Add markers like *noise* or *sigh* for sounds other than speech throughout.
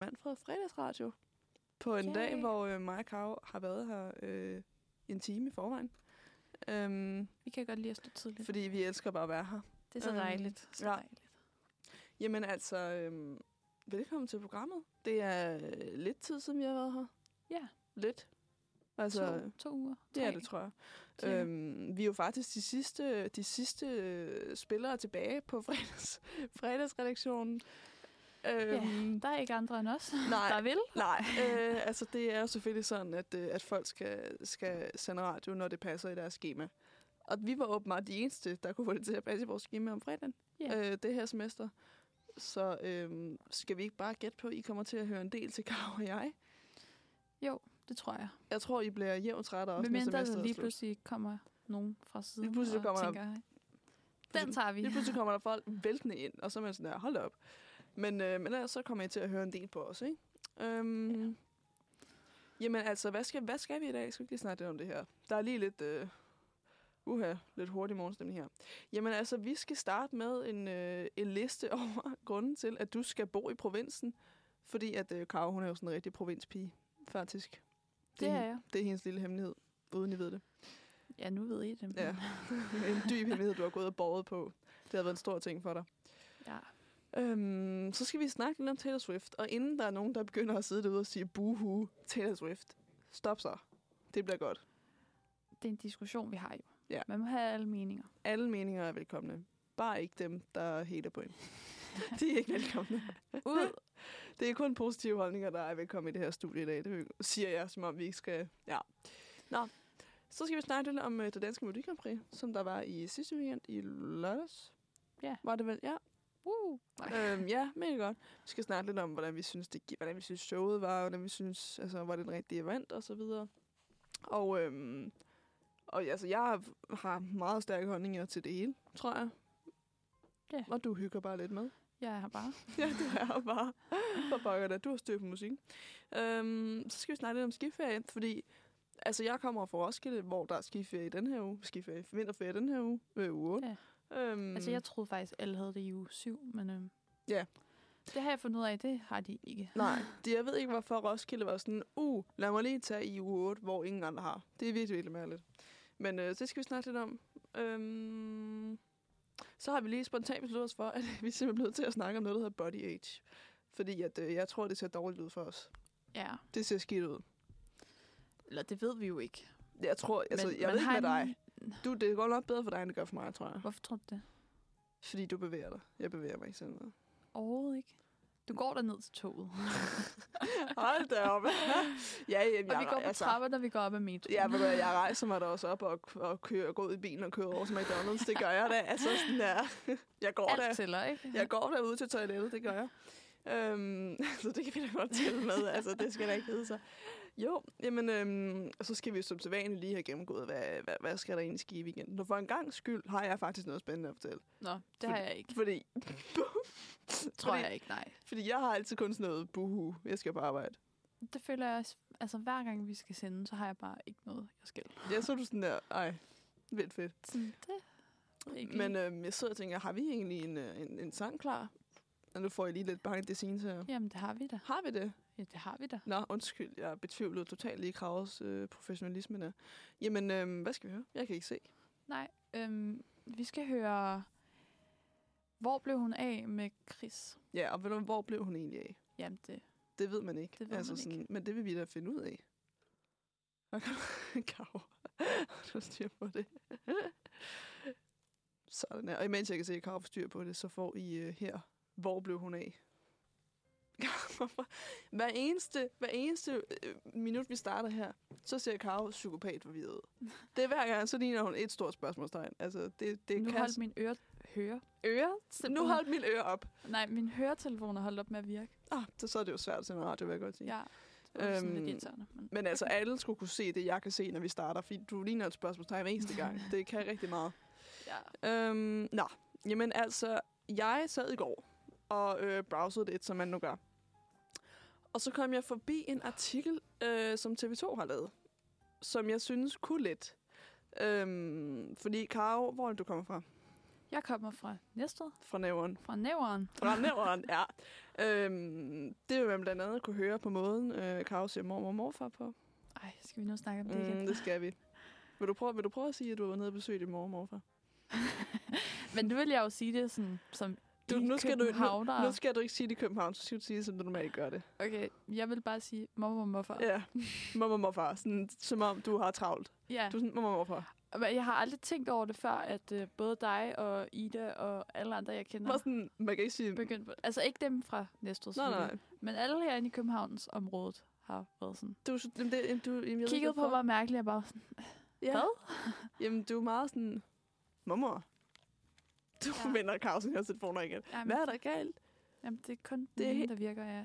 Manfred Fredagsradio på en Yay. yeah. dag, hvor øh, mig og Karo har været her øh, en time i forvejen. Øhm, Vi kan godt lide at stå tidligt. fordi vi elsker bare at være her. det er så Øhm, dejligt. Så ja. dejligt. Jamen altså, øh, velkommen til programmet. Det er øh, lidt tid siden, vi har været her. Ja, Lidt. Altså, altså, to, to uger. det er tre. det, tror jeg. Cirka. Øhm, vi er jo faktisk de sidste, de sidste øh, spillere tilbage på fredags, *laughs* fredagsredaktionen. Øhm, Der er ikke andre end os, Nej, der vil. Nej, *laughs* øh, altså det er jo selvfølgelig sådan, at, øh, at folk skal, skal sende radio, når det passer i deres schema. Og vi var åbenbart de eneste, der kunne få det til at passe i vores schema om fredagen Ja. yeah. øh, det her semester. Så øh, skal vi ikke bare gætte på, at I kommer til at høre en del til Karo og jeg. Jo, det tror jeg. Jeg tror, I bliver jævnt trætte også, Men når mindre semesteret der er lige slut. pludselig kommer nogen fra siden Lige pludselig og kommer der- tænker, den tager vi. Lige pludselig kommer der folk væltende ind, og så er man sådan der, hold da op. Men, øh, men ellers så kommer I til at høre en del på os, ikke? Øhm, Ja. Jamen altså, hvad skal, hvad skal vi i dag? Skal vi ikke lige snakke lidt om det her? Der er lige lidt, øh, uha, lidt hurtig morgenstemning her. Jamen altså, vi skal starte med en, øh, en liste *laughs* over grunden til, at du skal bo i provinsen. Fordi at øh, Karo, hun er jo sådan en rigtig provinspige, faktisk. det er er hen- jeg. Det er hendes lille hemmelighed, uden I ved det. Ja, nu ved I det. men- Ja. en dyb hemmelighed, du har gået og borget på. Det har været en stor ting for dig. ja. Øhm, så skal vi snakke lidt om Taylor Swift. Og inden der er nogen, der begynder at sidde derude og sige, buhu, Taylor Swift, stop så. Det bliver godt. Det er en diskussion, vi har jo. Ja. Man må have alle meninger. Alle meninger er velkomne. Bare ikke dem, der hater *laughs* på en. De er ikke velkomne. Ud. *laughs* Det er kun positive holdninger, der er velkommen i det her studie i dag. Det siger jeg, som om vi ikke skal... Ja. Nå. Så skal vi snakke lidt om øh, det danske Melodi Grand Prix, som der var i sidste weekend i lørdags. Ja. Var det vel? Ja. Woo. Nej. øhm, ja, mega godt. Vi skal snakke lidt om, hvordan vi synes, det, gi- hvordan vi synes showet var, hvordan vi synes, altså, var det den rigtige event og så videre. Og, øhm, og altså, jeg har meget stærke holdninger til det hele, tror jeg. Ja. Og du hygger bare lidt med. *laughs* Jeg er bare. ja, du er bare. Hvor pokker da, du har styr på musikken. Øhm, så skal vi snakke lidt om skiferie, fordi altså, jeg kommer fra Roskilde, hvor der er skiferie i den her uge, skiferie, vinterferie i den her uge, øh, uge otte. Ja. Øhm, Altså, jeg troede faktisk, alle havde det i uge 7, men... Øhm, Ja. Det har jeg fundet ud af, det har de ikke. Nej, det, jeg ved ikke, hvorfor Roskilde var sådan, uh, lad mig lige tage i uge 8, hvor ingen andre har. Det er virkelig, virkelig mærkeligt. Men øh, det skal vi snakke lidt om. Øhm, så har vi lige spontant besluttet os for, at *laughs* vi simpelthen er nødt til at snakke om noget, der hedder body age. Fordi at, øh, jeg tror, det ser dårligt ud for os. Ja. Det ser skidt ud. Eller det ved vi jo ikke. Jeg tror, altså, jeg ved ikke med har en- dig. Du, det går nok bedre for dig, end det gør for mig, tror jeg. Hvorfor tror du det? Fordi du bevæger dig. Jeg bevæger mig ikke sådan *laughs* noget. Overhovedet ikke. Du går derned til toget. *laughs* Hold da *laughs* op. ja, jamen, Og jeg, vi går på altså, trapper, når vi går op ad metroen. Ja, men *laughs* jeg rejser mig da også op og, og kører, går ud i bilen og kører over til McDonald's. Det gør jeg da. Altså sådan der. Jeg går Alt der. tæller, ikke? Jeg går derude til toilettet, det gør jeg. Øhm, *laughs* så det kan vi da godt tælle med. Altså, det skal da ikke hedde sig. Jo, jamen, øhm, så skal vi jo som sædvanligt lige have gennemgået, hvad, hvad, hvad skal der egentlig ske i weekenden. Og for en gang skyld har jeg faktisk noget spændende at fortælle. Nå, det har jeg ikke. Fordi, *laughs* Tror fordi- jeg ikke, nej. fordi jeg har altid kun sådan noget buhu. Jeg skal på arbejde. Det føler jeg også... Altså, hver gang vi skal sende, så har jeg bare ikke noget, jeg skal. Jeg så er du sådan der, ej, vildt fedt. Sådan, det er ikke Men lige- øhm, jeg sidder og tænker, har vi egentlig en, øh, en, en sang klar? Og nu får jeg lige lidt behind the scenes her. Jamen, det har vi da. Har vi det? Ja, det har vi da. Nå, undskyld, jeg betvivlede totalt lige Kravets øh, professionalisme der. Jamen, øhm, hvad skal vi høre? Jeg kan ikke se. Nej, øhm, vi skal høre... Hvor blev hun af med Chris? Ja, og ved du, hvor blev hun egentlig af? Jamen, det... Det ved man ikke. Altså Det ved man ikke. Men det vil vi da finde ud af. Og *laughs* Karo- Karo, har du styr på det? *laughs* Sådan her. Og imens jeg kan se, at Karo får styr på det, så får I øh, her, hvor blev hun af? *laughs* Hvorfor? hver eneste, hver eneste øh, minut, vi starter her, så ser Karo psykopat forvirret. *laughs* ud. Det er hver gang, så ligner hun et stort spørgsmålstegn. Altså, det, det nu kan... holdt min øre... Høre? øre? Nu holdt min øre op. Nej, min høretelefon er holdt op med at virke. Ah, så, så er det jo svært at sende radio, vil jeg godt sige. Ja, det var sådan Øhm, lidt irriterende. Men... Men altså, alle skulle kunne se det, jeg kan se, når vi starter, fordi du ligner et spørgsmålstegn hver eneste gang. Det kan rigtig meget. Ja. Øhm, nå, jamen altså, jeg sad i går og øh, browsede lidt, som man nu gør. Og så kom jeg forbi en artikel, øh, som TV2 har lavet, som jeg synes kunne lidt. Øhm, fordi, Karo, hvor er det, du kommer fra? Jeg kommer fra Næstved, fra næveren. fra Næveren. Fra næveren, ja. Øhm, det vil man blandt andet kunne høre på måden, øh, Karo siger mormor og morfar på. Ej, skal vi nu snakke om det igen? Mm, det skal vi. Vil du, prøve, vil du prøve at sige, at du har været nede og besøgt din mor og morfar? Mm. Men nu vil jeg jo sige det sådan, som Du, I nu, skal du, nu, københavnere. nu skal du ikke sige det i København, så skal du sige det, som du normalt gør det. Okay, jeg vil bare sige mormor og morfar. Ja. Ja, mormor og morfar. Sådan, som om du har travlt. ja. Du er sådan, mormor og morfar. Men jeg har aldrig tænkt over det før, at uh, både dig og Ida og alle andre, jeg kender, Bare sådan, man kan ikke sige... begyndt på Altså ikke dem fra Næstved, Nej, selvfølgelig, nej. men alle herinde i Københavns området har været sådan. Du, er så- jamen, det, jamen, du, jamen, jeg ved ikke, Kiggede på hvorfor. mig mærkeligt, og bare sådan, Ja. Hvad? *laughs* Jamen, du er meget sådan... Mormor. Du Ja. ja. vender Carlsen her telefoner igen. jamen, Hvad er der galt? Jamen, det er kun Det det er er he- der virker, ja.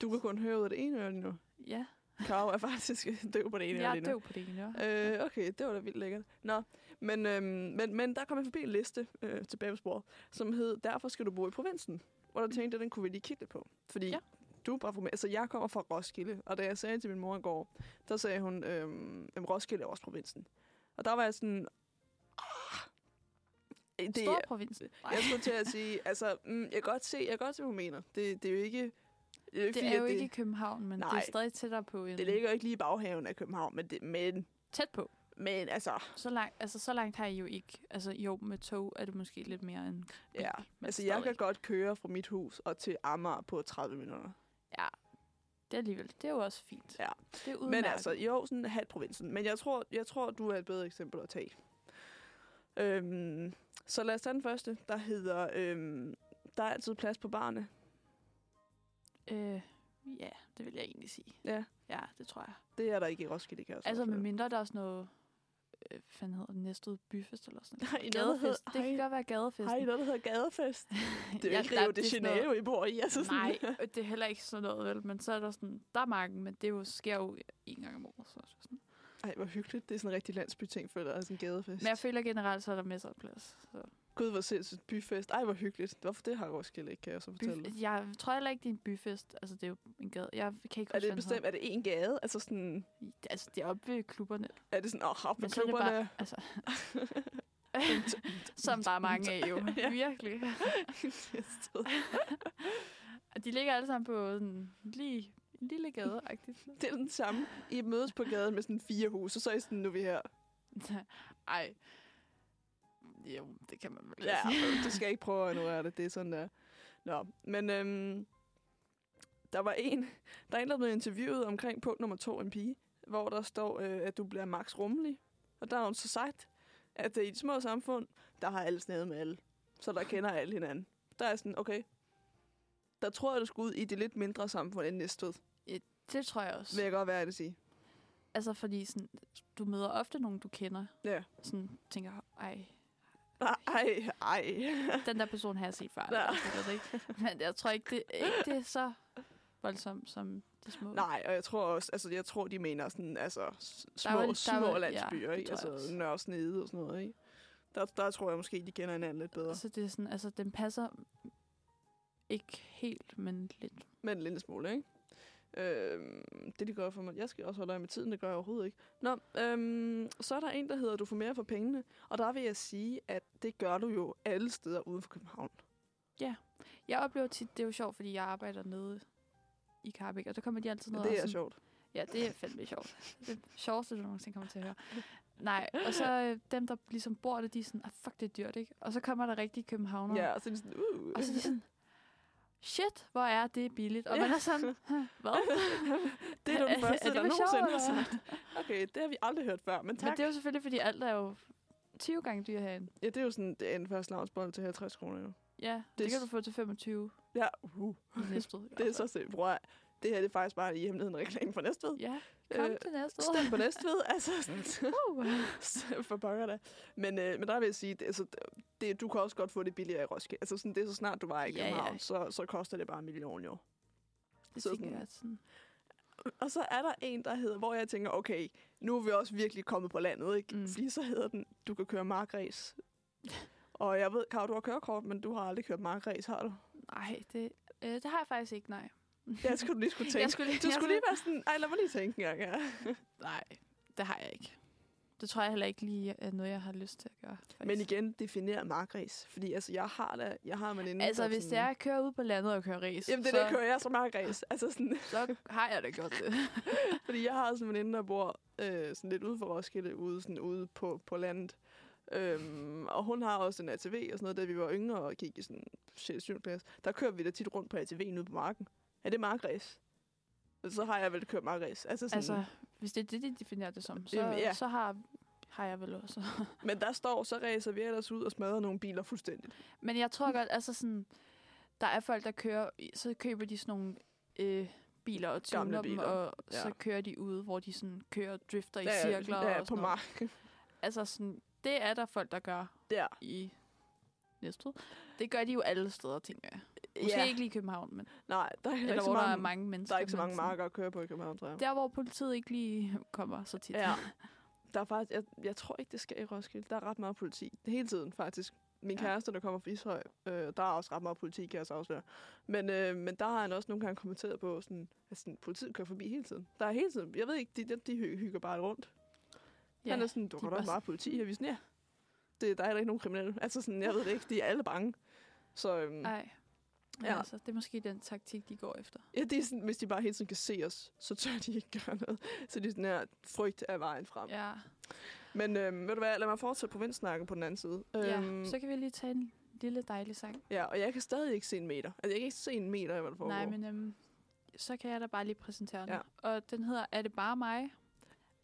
Du kan kun høre ud af det ene øre lige nu. Ja, Karo er faktisk *laughs* døv på det ene øre jeg lige er nu. døv på det ene, ja. Øh, okay, det var da vildt lækkert. Nå, men, øhm, men, men der kom jeg forbi en liste øh, tilbage på sporet, som hed, derfor skal du bo i provinsen. Hvor der tænkte, jeg, den kunne vi lige kigge lidt på. Fordi Mm. Ja. ja. du er bare fra, altså jeg kommer fra Roskilde, og da jeg sagde til min mor i går, der sagde hun, øhm, jamen, Roskilde er også provinsen. Og der var jeg sådan, ah, det, Stor provins. Nej, jeg skulle til at sige, altså, mm, jeg kan godt se, jeg kan godt se, hvad hun mener. Det, det er jo ikke... Det er jo ikke, det fordi, er jo at ikke i København, men det Nej. er stadig tættere på end... det ligger jo ikke lige i baghaven af København, men, det, men, Tæt på. men altså, Så langt, altså, så langt har I jo ikke. Altså jo, med tog er det måske lidt mere end bil. ja. men Altså, jeg kan stadig. godt køre fra mit hus og til Amager på 30 minutter. Det er alligevel, det er jo også fint. Ja. Det er udmærket. Men altså, jo, sådan halv provinsen. Men jeg tror, jeg tror, du er et bedre eksempel at tage. Øhm, så lad os tage den første, der hedder, øhm, der er altid plads på barne. Øh, ja, det vil jeg egentlig sige. Ja. Ja, det tror jeg. Det er der ikke i Roskilde, kan jeg så Altså, med afsløre. mindre der er sådan noget... Øh, hvad fanden hedder det? Næstved byfest eller sådan *laughs* noget. Der er noget, der hedder- Gadefest. Det Hej. kan godt være gadefest. Har *laughs* I noget, der hedder gadefest? Det er jo Ja, ikke der- Rio de det er sådan noget- Janeiro, I bor i. Altså *laughs* sådan. Nej, og det er heller ikke sådan noget, vel? Men så er der sådan, der er marken, men det er jo, sker jo en gang om året. Så, så sådan. Ej, hvor hyggeligt. Det er sådan en rigtig landsbyting, føler jeg, sådan en gadefest. Men jeg føler generelt, så er der masser af plads. Så. Gud, hvor sindssygt byfest. Ej, hvor hyggeligt. Hvorfor det har Roskilde ikke, kan jeg så fortælle. Byf- jeg tror heller ikke, det er en byfest. Altså, det er jo en gade. Jeg Er kan ikke huske, det hvad den bestemt, er det en gade? Altså sådan, hedder. I- Altså, det er oppe ved klubberne. er det sådan, åh, op med Men så er det bare, klubberne? *laughs* altså, *laughs* som der er mange af *laughs* jo. Ja. Virkelig. Og de ligger alle sammen på sådan, lige, en lille gade -agtigt. det er den samme. I mødes på gaden med sådan fire huse, og så er I sådan, nu er vi her. Ej. Jo, det kan man vel Ja, sige. Altså, du skal ikke prøve at ignorere det. Det er sådan der. Nå, men øhm, der var en, der er en, der blev interviewet omkring punkt nummer to, en pige, hvor der står, øh, at du bliver max rummelig. Og der har hun så sagt, at øh, i de små samfund, der har alle snedet med alle. Så der kender alle hinanden. Der er sådan, okay, der tror jeg, du skal ud i det lidt mindre samfund end Næstved. *laughs* Det tror jeg også. Vil jeg godt være at sige. Altså, fordi sådan, du møder ofte nogen, du kender. Ja. Sådan tænker, ej, Ej, ej. den der person har jeg set *laughs* før. Ja. Ja. Ikke? Men jeg tror ikke det, ikke, det er så voldsomt som de små. Nej, og jeg tror også, altså jeg tror, de mener sådan, altså s- Der er små, vel- der der er små vel- landsbyer, ja, ja, det ikke? tror jeg Altså også. Nørresnede og sådan noget, ikke? Der, der tror jeg måske, de kender hinanden lidt bedre. Så det er sådan, altså, den passer ikke helt, men lidt. Men en lille smule, ikke? Øhm, det, de gør for mig. Jeg skal også holde øje med tiden, det gør jeg overhovedet ikke. Nå, øhm, så er der en, der hedder, du får mere for pengene. Og der vil jeg sige, at det gør du jo alle steder uden for København. Jeg oplever tit, det er jo sjovt, fordi jeg arbejder nede i Carbæk, og der kommer de altid ned Nå, og det er sådan- sjovt. Ja, det er fandme sjovt. Det sjoveste, du nogensinde kommer til at høre. Nej, og så øh, dem, der ligesom bor der, de er sådan, ah, fuck, det er dyrt, ikke? Og så kommer der rigtig københavner. Ja, og så er de sådan, uh. Og så er de sådan, shit, hvor er det billigt. Og man Ja. er sådan, "Huh, hvad? det *laughs* er du den er- første, er det der for nogensinde sjov, har eller sagt. Okay, det har vi aldrig hørt før, men *laughs* tak. Men det er jo selvfølgelig, fordi alt er jo 20 gange dyr herinde. Ja, det er jo sådan, det er en første lavnsbold til 50 kroner jo. Ja, det, Det det er kan s- du få til 25 Ja, uh. i Næstved. i Det er hvert så fald. sindssygt. Bror, det her det er faktisk bare i hemmeligheden reklame for Næstved. Ja, kom Øh, til Næstved. Stem på *laughs* Næstved, altså. sådan, Uh. så for pokker da. Men, øh, men der vil jeg sige, det, altså, det, du kan også godt få det billigere i Roskilde. Altså sådan, det er så snart du var i Ja, ja. København, så, så koster det bare en million jo. Det så tænker sådan- jeg sådan. Og så er der en, der hedder, hvor jeg tænker, okay, nu er vi også virkelig kommet på landet, ikke? Mm. Mm. Fordi så hedder den, du kan køre markræs. Og jeg ved, Karo, du har kørekort, men du har aldrig kørt markræs, har du? Nej, det, øh, det har jeg faktisk ikke, nej. Det skulle du lige *laughs* skulle tænke. skulle, Du skulle lige være sådan, ej, lad mig lige tænke en gang, ja. Nej, det har jeg ikke. Det tror jeg heller ikke lige er noget, jeg har lyst til at gøre. Faktisk. Men igen, definere markræs. Fordi altså, jeg har da, jeg har man inden. altså, hvis det er at køre ud på landet og køre race, Jamen, det så, der kører jeg så markræs. Altså sådan, så har jeg da gjort det. fordi jeg har *laughs* sådan en veninde, der bor øh, sådan lidt ude for Roskilde, ude, sådan, ude på, på landet. Øhm, og hun har også en ATV og sådan noget, da vi var yngre og gik i sådan 6. 7. klasse. Der kørte vi da tit rundt på ATV'en ude på marken. Er det markræs? Og Så har jeg vel kørt markræs. Altså sådan, altså, hvis det er det, de definerer det som, så, Jamen, ja. så har, har jeg vel også. Men der står, så ræser vi ellers ud og smadrer nogle biler fuldstændigt. Men jeg tror godt, altså sådan, der er folk, der kører, så køber de sådan nogle øh, biler og Gamle tuner dem, biler, og ja. så ja. kører de ude, hvor de sådan kører og drifter i cirkler ja, og på sådan noget. marken. *laughs* Altså sådan, det er der folk, der gør Der. i Næstved. Det gør de jo alle steder, tænker jeg. Måske ja. ikke lige i København, men Nej, der er heller eller ikke så hvor der er mange, mange der mennesker. er ikke så men mange sådan- marker at køre på i København, tror jeg. Der, hvor politiet ikke lige kommer så tit. Ja. *laughs* Der er faktisk, jeg, jeg tror ikke, det sker i Roskilde. Der er ret meget politi. Hele tiden, faktisk. Min Ja. kæreste, der kommer fra Ishøj, øh, der er også ret meget politi, kan jeg så afsløre. Men, øh, men der har han også nogle gange kommenteret på, sådan, at sådan, politiet kører forbi hele tiden. Der er hele tiden, jeg ved ikke, de, de, de hy- hygger bare rundt. Ja, han er sådan, du de går er da bare "Mm." også meget politi her. Vi er sådan, ja, det, der er heller ikke nogen kriminelle. Altså sådan, jeg ved det ikke, de er alle bange. Så øhm, Nej. Ja. Ja. Altså, det er måske den taktik, de går efter. Ja, det er sådan, hvis de bare hele tiden kan se os, så tør de ikke gøre noget. Så det er sådan her, frygt er vejen frem. Ja. Ja. Men øhm, ved du hvad, lad mig fortsætte provinssnakken på den anden side. Øhm, ja. Så kan vi lige tage en lille dejlig sang. ja, og jeg kan stadig ikke se en meter. Altså, jeg kan ikke se en meter af, hvad der foregår. Nej, men øhm, så kan jeg da bare lige præsentere den. Ja. Ja. Og den hedder Er det bare mig?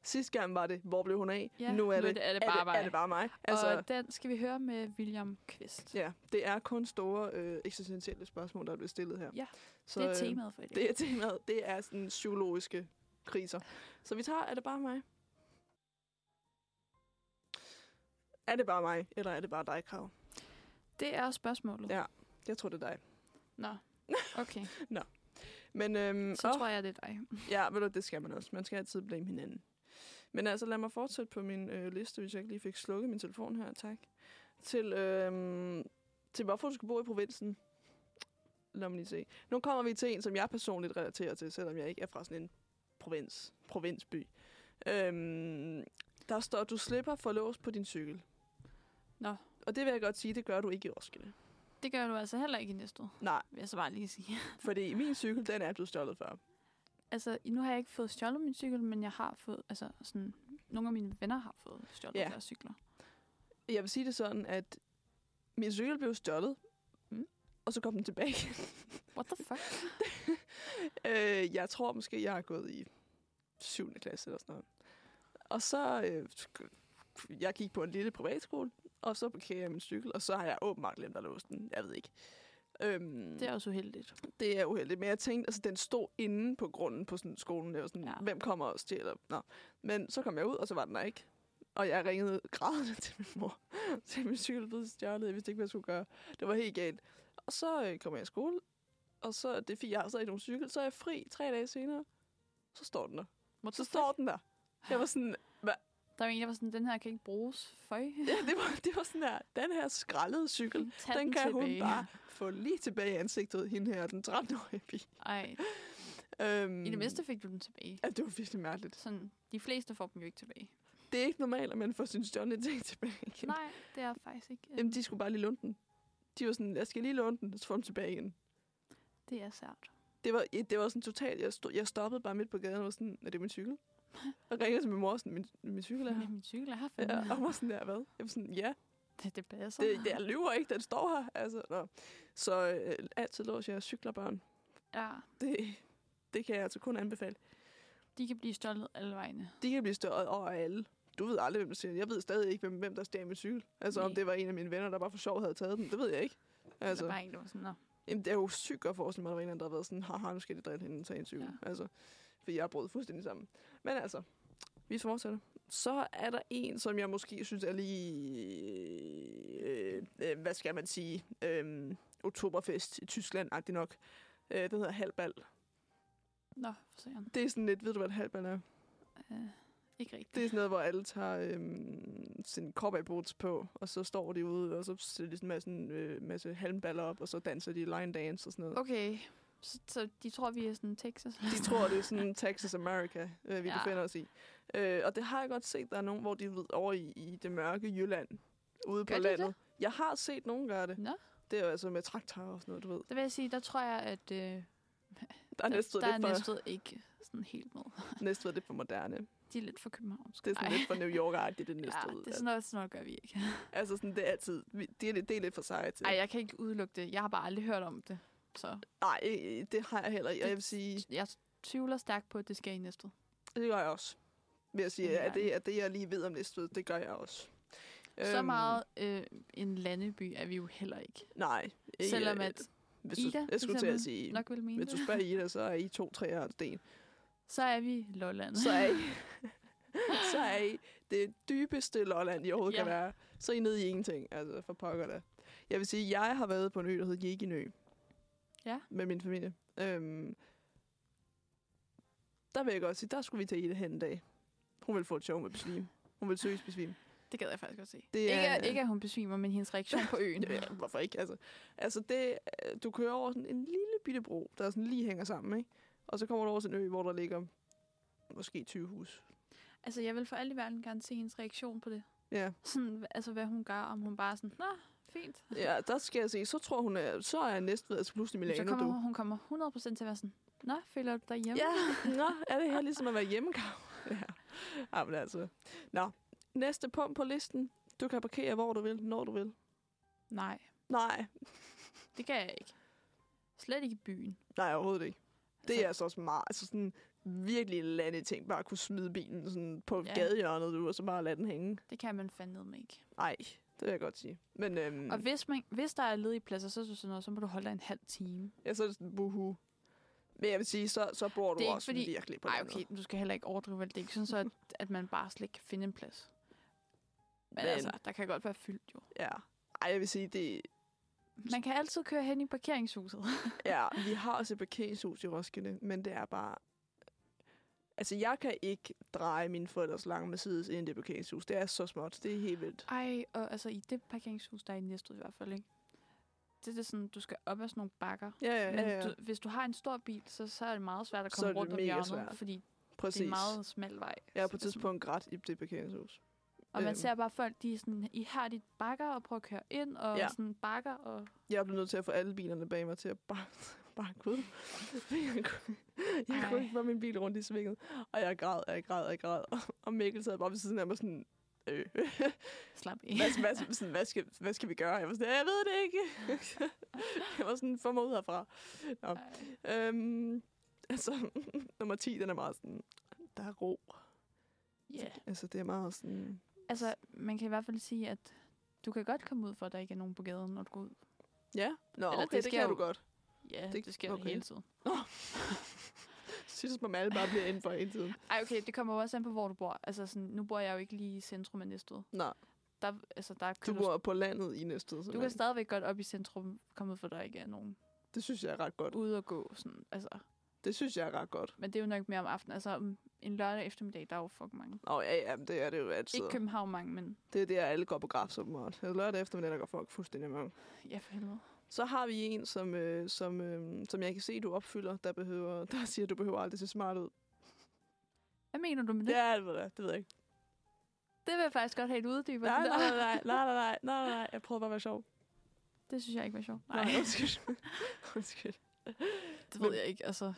Sidste gang var det, hvor blev hun af? Ja, nu er det, er det er, bare det, mig. er det bare mig? Altså, Altså, og den skal vi høre med William Kvist. Ja. ja, det er kun store øh, eksistentielle spørgsmål, der er blevet stillet her. Ja, så, det er øh, temaet for i dag. Det er temaet. Det er sådan psykologiske kriser. Så vi tager, er det bare mig? Er det bare mig, eller er det bare dig, Krav? det er spørgsmålet. Ja. Jeg tror, det er dig. *laughs* Nå, okay. Men øhm, Så åh, tror jeg, det er dig. ja, ved du, det skal man også. Man skal altid blame hinanden. Men altså, lad mig fortsætte på min øh, liste, hvis jeg ikke lige fik slukket min telefon her, tak. Til, øhm, til hvorfor du skal bo i provinsen. Lad mig lige se. Nu kommer vi til en, som jeg personligt relaterer til, selvom jeg ikke er fra sådan en provins, provinsby. Øhm, der står, du slipper for lås på din cykel. Nå. Og det vil jeg godt sige, det gør du ikke i Roskilde. Det gør du altså heller ikke i næste år, Nej, vil jeg så bare lige sige. *laughs* fordi min cykel, den er blevet stjålet før. Altså, nu har jeg ikke fået stjålet min cykel, men jeg har fået, altså sådan, nogle af mine venner har fået stjålet Ja. deres cykler. Jeg vil sige det sådan, at min cykel blev stjålet, Mm. og så kom den tilbage. *laughs* What the fuck? øh, jeg tror måske, jeg har gået i 7. klasse eller sådan noget. Og så, øh, sk- jeg gik på en lille privatskole, og så parkerede jeg min cykel, og så har jeg åbenbart glemt at låse den. Jeg ved ikke. Øhm, Det er også uheldigt. det er uheldigt, men jeg tænkte, altså den stod inde på grunden på sådan skolen, jeg var sådan, Ja. ja. hvem kommer og stjæler? Nå. Men så kom jeg ud, og så var den der ikke. Og jeg ringede grædende *laughs* til min mor, til min cykel blev stjålet, jeg vidste ikke, hvad jeg skulle gøre. Det var helt galt. Og så øh, kom jeg i skole, og så det er fint, jeg har så ikke nogen cykel, så er jeg fri tre dage senere. Så står den der. What Så the står den der. Jeg var sådan, *laughs* fuck? Der var en, der var sådan, den her kan ikke bruges. Føj. *laughs* ja, det var, det var sådan der, den her skrællede cykel, Tag den kan tilbage. hun bare få lige tilbage i ansigtet, hende her, den 13-årige pige. Ej, Øhm, i det mindste fik du den tilbage. Ja, det var virkelig mærkeligt. Sådan, de fleste får dem jo ikke tilbage. Det er ikke normalt, at man får sin stjålne ting tilbage igen. Nej, det er faktisk ikke. øhm, Jamen, de skulle bare lige låne den. De var sådan, jeg skal lige låne den, så får den tilbage igen. Det er sært. Det var, ja, det var sådan totalt, jeg, stod, jeg stoppede bare midt på gaden og var sådan, er det min cykel? Og ringede til min mor, sådan, min, min cykel er Men her. min cykel er her fandme. *laughs* Ja, og Ja. hun var sådan der, hvad? Jeg var sådan, ja, Det, det passer. det, det, jeg lyver ikke, den står her. Altså, nå. Så øh, altid lås jeg cykler børn. Ja, Det, det kan jeg altså kun anbefale. de kan blive stjålet alle vegne. De kan blive størret over af alle. Du ved aldrig, hvem der siger det. Jeg ved stadig ikke, hvem, hvem der stjal min cykel. Altså, om Nej. det var en af mine venner, der bare for sjov havde taget den. Det ved jeg ikke. Altså. Der var en, der var sådan, Nå. Jamen, det er jo sygt godt forestille mig, at der var en eller anden, der har været sådan, haha, nu skal de drille hende og tage en cykel. Ja. Ja. Altså, fordi jeg har brudt fuldstændig sammen. Men altså, vi fortsætter. Så er der en, som jeg måske synes er lige... Øh, øh, hvad skal man sige? Øh, Oktoberfest i Tyskland, agtig nok. Øh, den hedder halvbal. Nå, for søren. Det er sådan lidt, ved du hvad et halvbal er? Øh, ikke rigtigt. Det er sådan noget, hvor alle tager øh, sin cowboyboots på, og så står de ude, og så sætter de sådan en masse, øh, masse halmballer op, og så danser de line dance og sådan noget. Okay, så, så de tror, vi er sådan Texas. De tror, det er sådan Texas America, øh, vi Ja. ja. befinder os i. Øh, og det har jeg godt set, der er nogen, hvor de ved over i, i det mørke Jylland, ude Gør på de landet. det? Jeg har set nogen gøre det. Nå. Det er jo altså med traktorer og sådan noget, du ved. Det vil jeg sige, der tror jeg, at øh, der, Der er næstved der er lidt, for, næstved ikke sådan helt med. *laughs* næstved lidt for moderne. De er lidt for københavnske. Det er sådan Ej. lidt *laughs* for New York-agtigt, det næste Ja, det er sådan noget, sådan noget gør vi ikke. Altså sådan, det er altid, vi- det er, lidt- det er lidt for sejt til. Nej, jeg kan ikke udelukke det. Jeg har bare aldrig hørt om det. Så Nej, øh, det har jeg heller ikke. Og jeg vil sige, jeg tvivler stærkt på, at det skal i næste. det gør jeg også. Vil jeg sige, Ja. at det, at det, jeg lige ved om næstved, det gør jeg også. Så Øhm, meget øh, en landeby er vi jo heller ikke. Nej. ikke- øh, Selvom at hvis Ida, du, for jeg skulle til at eksempel, sige, nok vil mene hvis du det. spørger Ida, så er I to træer og en *laughs* sten. Så er vi Lolland. Så er I, *laughs* så er I det dybeste Lolland, I overhovedet ja. kan Ja. være. Så er I nede i ingenting, altså for pokker da. Jeg vil sige, jeg har været på en ø, der hedder Jeginø. Ja. Med min familie. Øhm, der vil jeg godt sige, der skulle vi tage Ida hen en dag. Hun ville få et sjov med besvim. Hun ville søges besvim. *laughs* Det gad jeg faktisk godt se. Det Det er, ikke, er- at, ikke at hun besvimer, men hendes reaktion på øen. *laughs* Ja, hvorfor ikke? Altså, altså det, øh, du kører over sådan en lille bitte bro, der sådan lige hænger sammen, ikke? Og så kommer du over til en ø, hvor der ligger måske 20 hus. Altså, jeg vil for alt i verden gerne se hendes reaktion på det. Ja, Sådan, altså, hvad hun gør, om hun bare er sådan, nå, fint. ja der skal jeg se. Så tror hun, at så er næstved altså pludselig Men Så Milano, kommer du. hun, hun kommer 100% til at være sådan, nå, føler du dig hjemme? Ja, nå, er det her ligesom at være hjemmegav? *laughs* Ja. ja, men altså. Nå, næste punkt på listen. Du kan parkere, hvor du vil, når du vil. Nej, Nej, det kan jeg ikke. Slet ikke i byen. nej overhovedet ikke. Det er Altså- altså også meget, altså sådan virkelig lande ting. Bare at kunne smide bilen sådan på Ja. ja. gadehjørnet, du, og så bare lade den hænge. Det kan man fandme ikke. Nej, det vil jeg godt sige. Men øhm, Mm. Og hvis, man, hvis der er ledige pladser, så, er det sådan noget, så må du holde dig en halv time. ja, så er det sådan, buhu. Men jeg vil sige, så, så bor du Det er ikke også fordi- virkelig på Nej, landet. okay, du skal heller ikke overdrive vel. Det er ikke sådan, så, at, at man bare slet ikke kan finde en plads. Men, Men- Men altså, der kan godt være fyldt jo. Ja. Ej, jeg vil sige, det, Man kan altid køre hen i parkeringshuset. Ja, vi har også et parkeringshus i Roskilde, men det er bare... Altså, jeg kan ikke dreje mine forældres lange Mercedes ind i det parkeringshus. Det er så småt. Det er helt vildt. Ej, og altså i det parkeringshus, der er i Næstved i hvert fald, ikke? Det er det sådan, du skal op ad sådan nogle bakker. Ja, ja, Men ja, ja. du, hvis du har en stor bil, så, så er det meget svært at Så komme er det rundt om mega hjørnet, svært. fordi Præcis. det er en meget altså- smal vej. Jeg er Så på et det sådan- tidspunkt grædt i det parkeringshus. Og man øhm. ser bare folk, de er sådan ihærdigt bakker og prøver at køre ind, og Ja. ja. sådan bakker og... Jeg blev nødt til at få alle bilerne bag mig til at bare, *laughs* bare gå ud. Jeg kunne, jeg kunne Ej. ikke få min bil rundt i svinget. Og jeg græd, og jeg græd, og jeg græd. Og Mikkel sad bare ved siden af mig sådan... Øh, *laughs* Slap af. *laughs* hvad, hvad, sådan, hvad, skal, hvad skal vi gøre? Jeg var sådan, jeg ved det ikke. *laughs* jeg var sådan, få mig ud herfra. Ej. Øhm, altså, *laughs* nummer 10, den er meget sådan, der er ro. Ja. Altså, det er meget sådan... Altså, man kan i hvert fald sige, at du kan godt komme ud for, at der ikke er nogen på gaden, når du går ud. Ja, Nå, Eller Eller det okay, det, det sker kan du jo. godt. Ja, Det- det, det sker okay. okay. hele tiden. *laughs* Synes, man alle bare bliver inden for hele tiden. Ej, okay, det kommer jo også an på, hvor du bor. Altså, sådan, nu bor jeg jo ikke lige i centrum af Næstved. Nej, Der, altså, der du kan bor på landet i næste Du tid, kan stadigvæk godt op i centrum, komme ud for, der ikke er nogen Det synes jeg er ret godt. ude og gå. Sådan, altså. Det synes jeg er ret godt. Men det er jo nok mere om aftenen. Altså om en lørdag eftermiddag, der er jo fucking mange. Nå ja, ja, men det er det jo altid. Ikke København mange, men Det er der, alle går på graf som måtte. Lørdag eftermiddag, der går folk fuldstændig mange. ja for helvede. Så har vi en, som, øh, som, øh, som jeg kan se, du opfylder, der, behøver, der siger, du behøver aldrig se smart ud. Hvad mener du med det? Ja. Ja, det ved jeg, det ved jeg ikke. Det vil jeg faktisk godt have et uddyber. Nej, nej, nej, nej, nej, nej, nej, nej, jeg prøver bare at være sjov. *laughs* Det synes jeg ikke var sjovt. Nej, undskyld. *laughs* undskyld. det ved men- jeg ikke. Altså,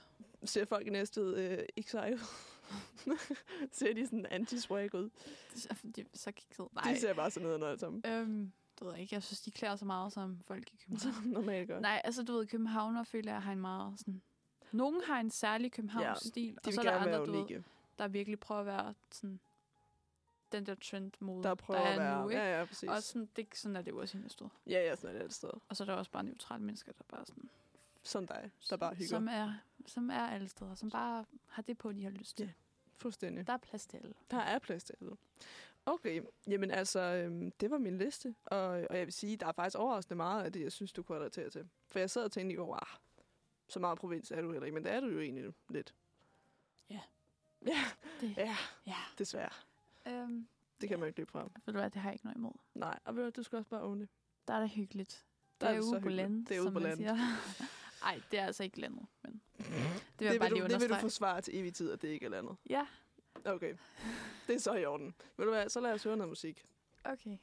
Ser folk i næste øh, ikke seje ud? *laughs* ser de sådan anti-swag ud? det er så *laughs* kikset. De Nej. ser bare sådan noget, når det *laughs* som Øhm, det ved jeg ikke. Jeg synes, de klæder sig meget som folk i København. som normalt gør. *laughs* Nej, altså du ved, københavner føler jeg har en meget sådan... Nogen har en særlig københavns ja, stil, de og vil så er der gerne andre, være du ved, unikke. der virkelig prøver at være sådan, den der trendmode, Der prøver der at er være... nu, ikke? Ja, ja, præcis. Og sådan, det, sådan er det jo også i Næstved. Ja, ja, sådan er det altid. sted. Og så er der også bare neutrale mennesker, der bare sådan... Som dig, der bare hygger. Som er, som er alle steder, som bare har det på, de har lyst til. Ja. Fuldstændig. Der er plads til alle. Der er plads til alle. Okay, jamen altså, øhm, det var min liste, og, og jeg vil sige, der er faktisk overraskende meget af det, jeg synes, du kunne relatere til. For jeg sad og tænkte i går, ah, så meget provins er du heller ikke, men det er du jo egentlig lidt. Ja. Ja, Det- ja, Ja. desværre. Øhm, Det kan man ikke løbe fra. ved du hvad, det har jeg ikke noget imod. Nej, og ved du, du skal også bare own it. Der er det hyggeligt. Der det er det så ude på hyggeligt. landet, Det er ude som på man landet. siger. *laughs* Ej, det er altså ikke landet, men det vil jeg Det bare vil, du, lige det vil du understrege. forsvare til evig tid, at det ikke er landet. Ja, Okay, det er så i orden. Ved du hvad, så lad os høre noget musik. Okay.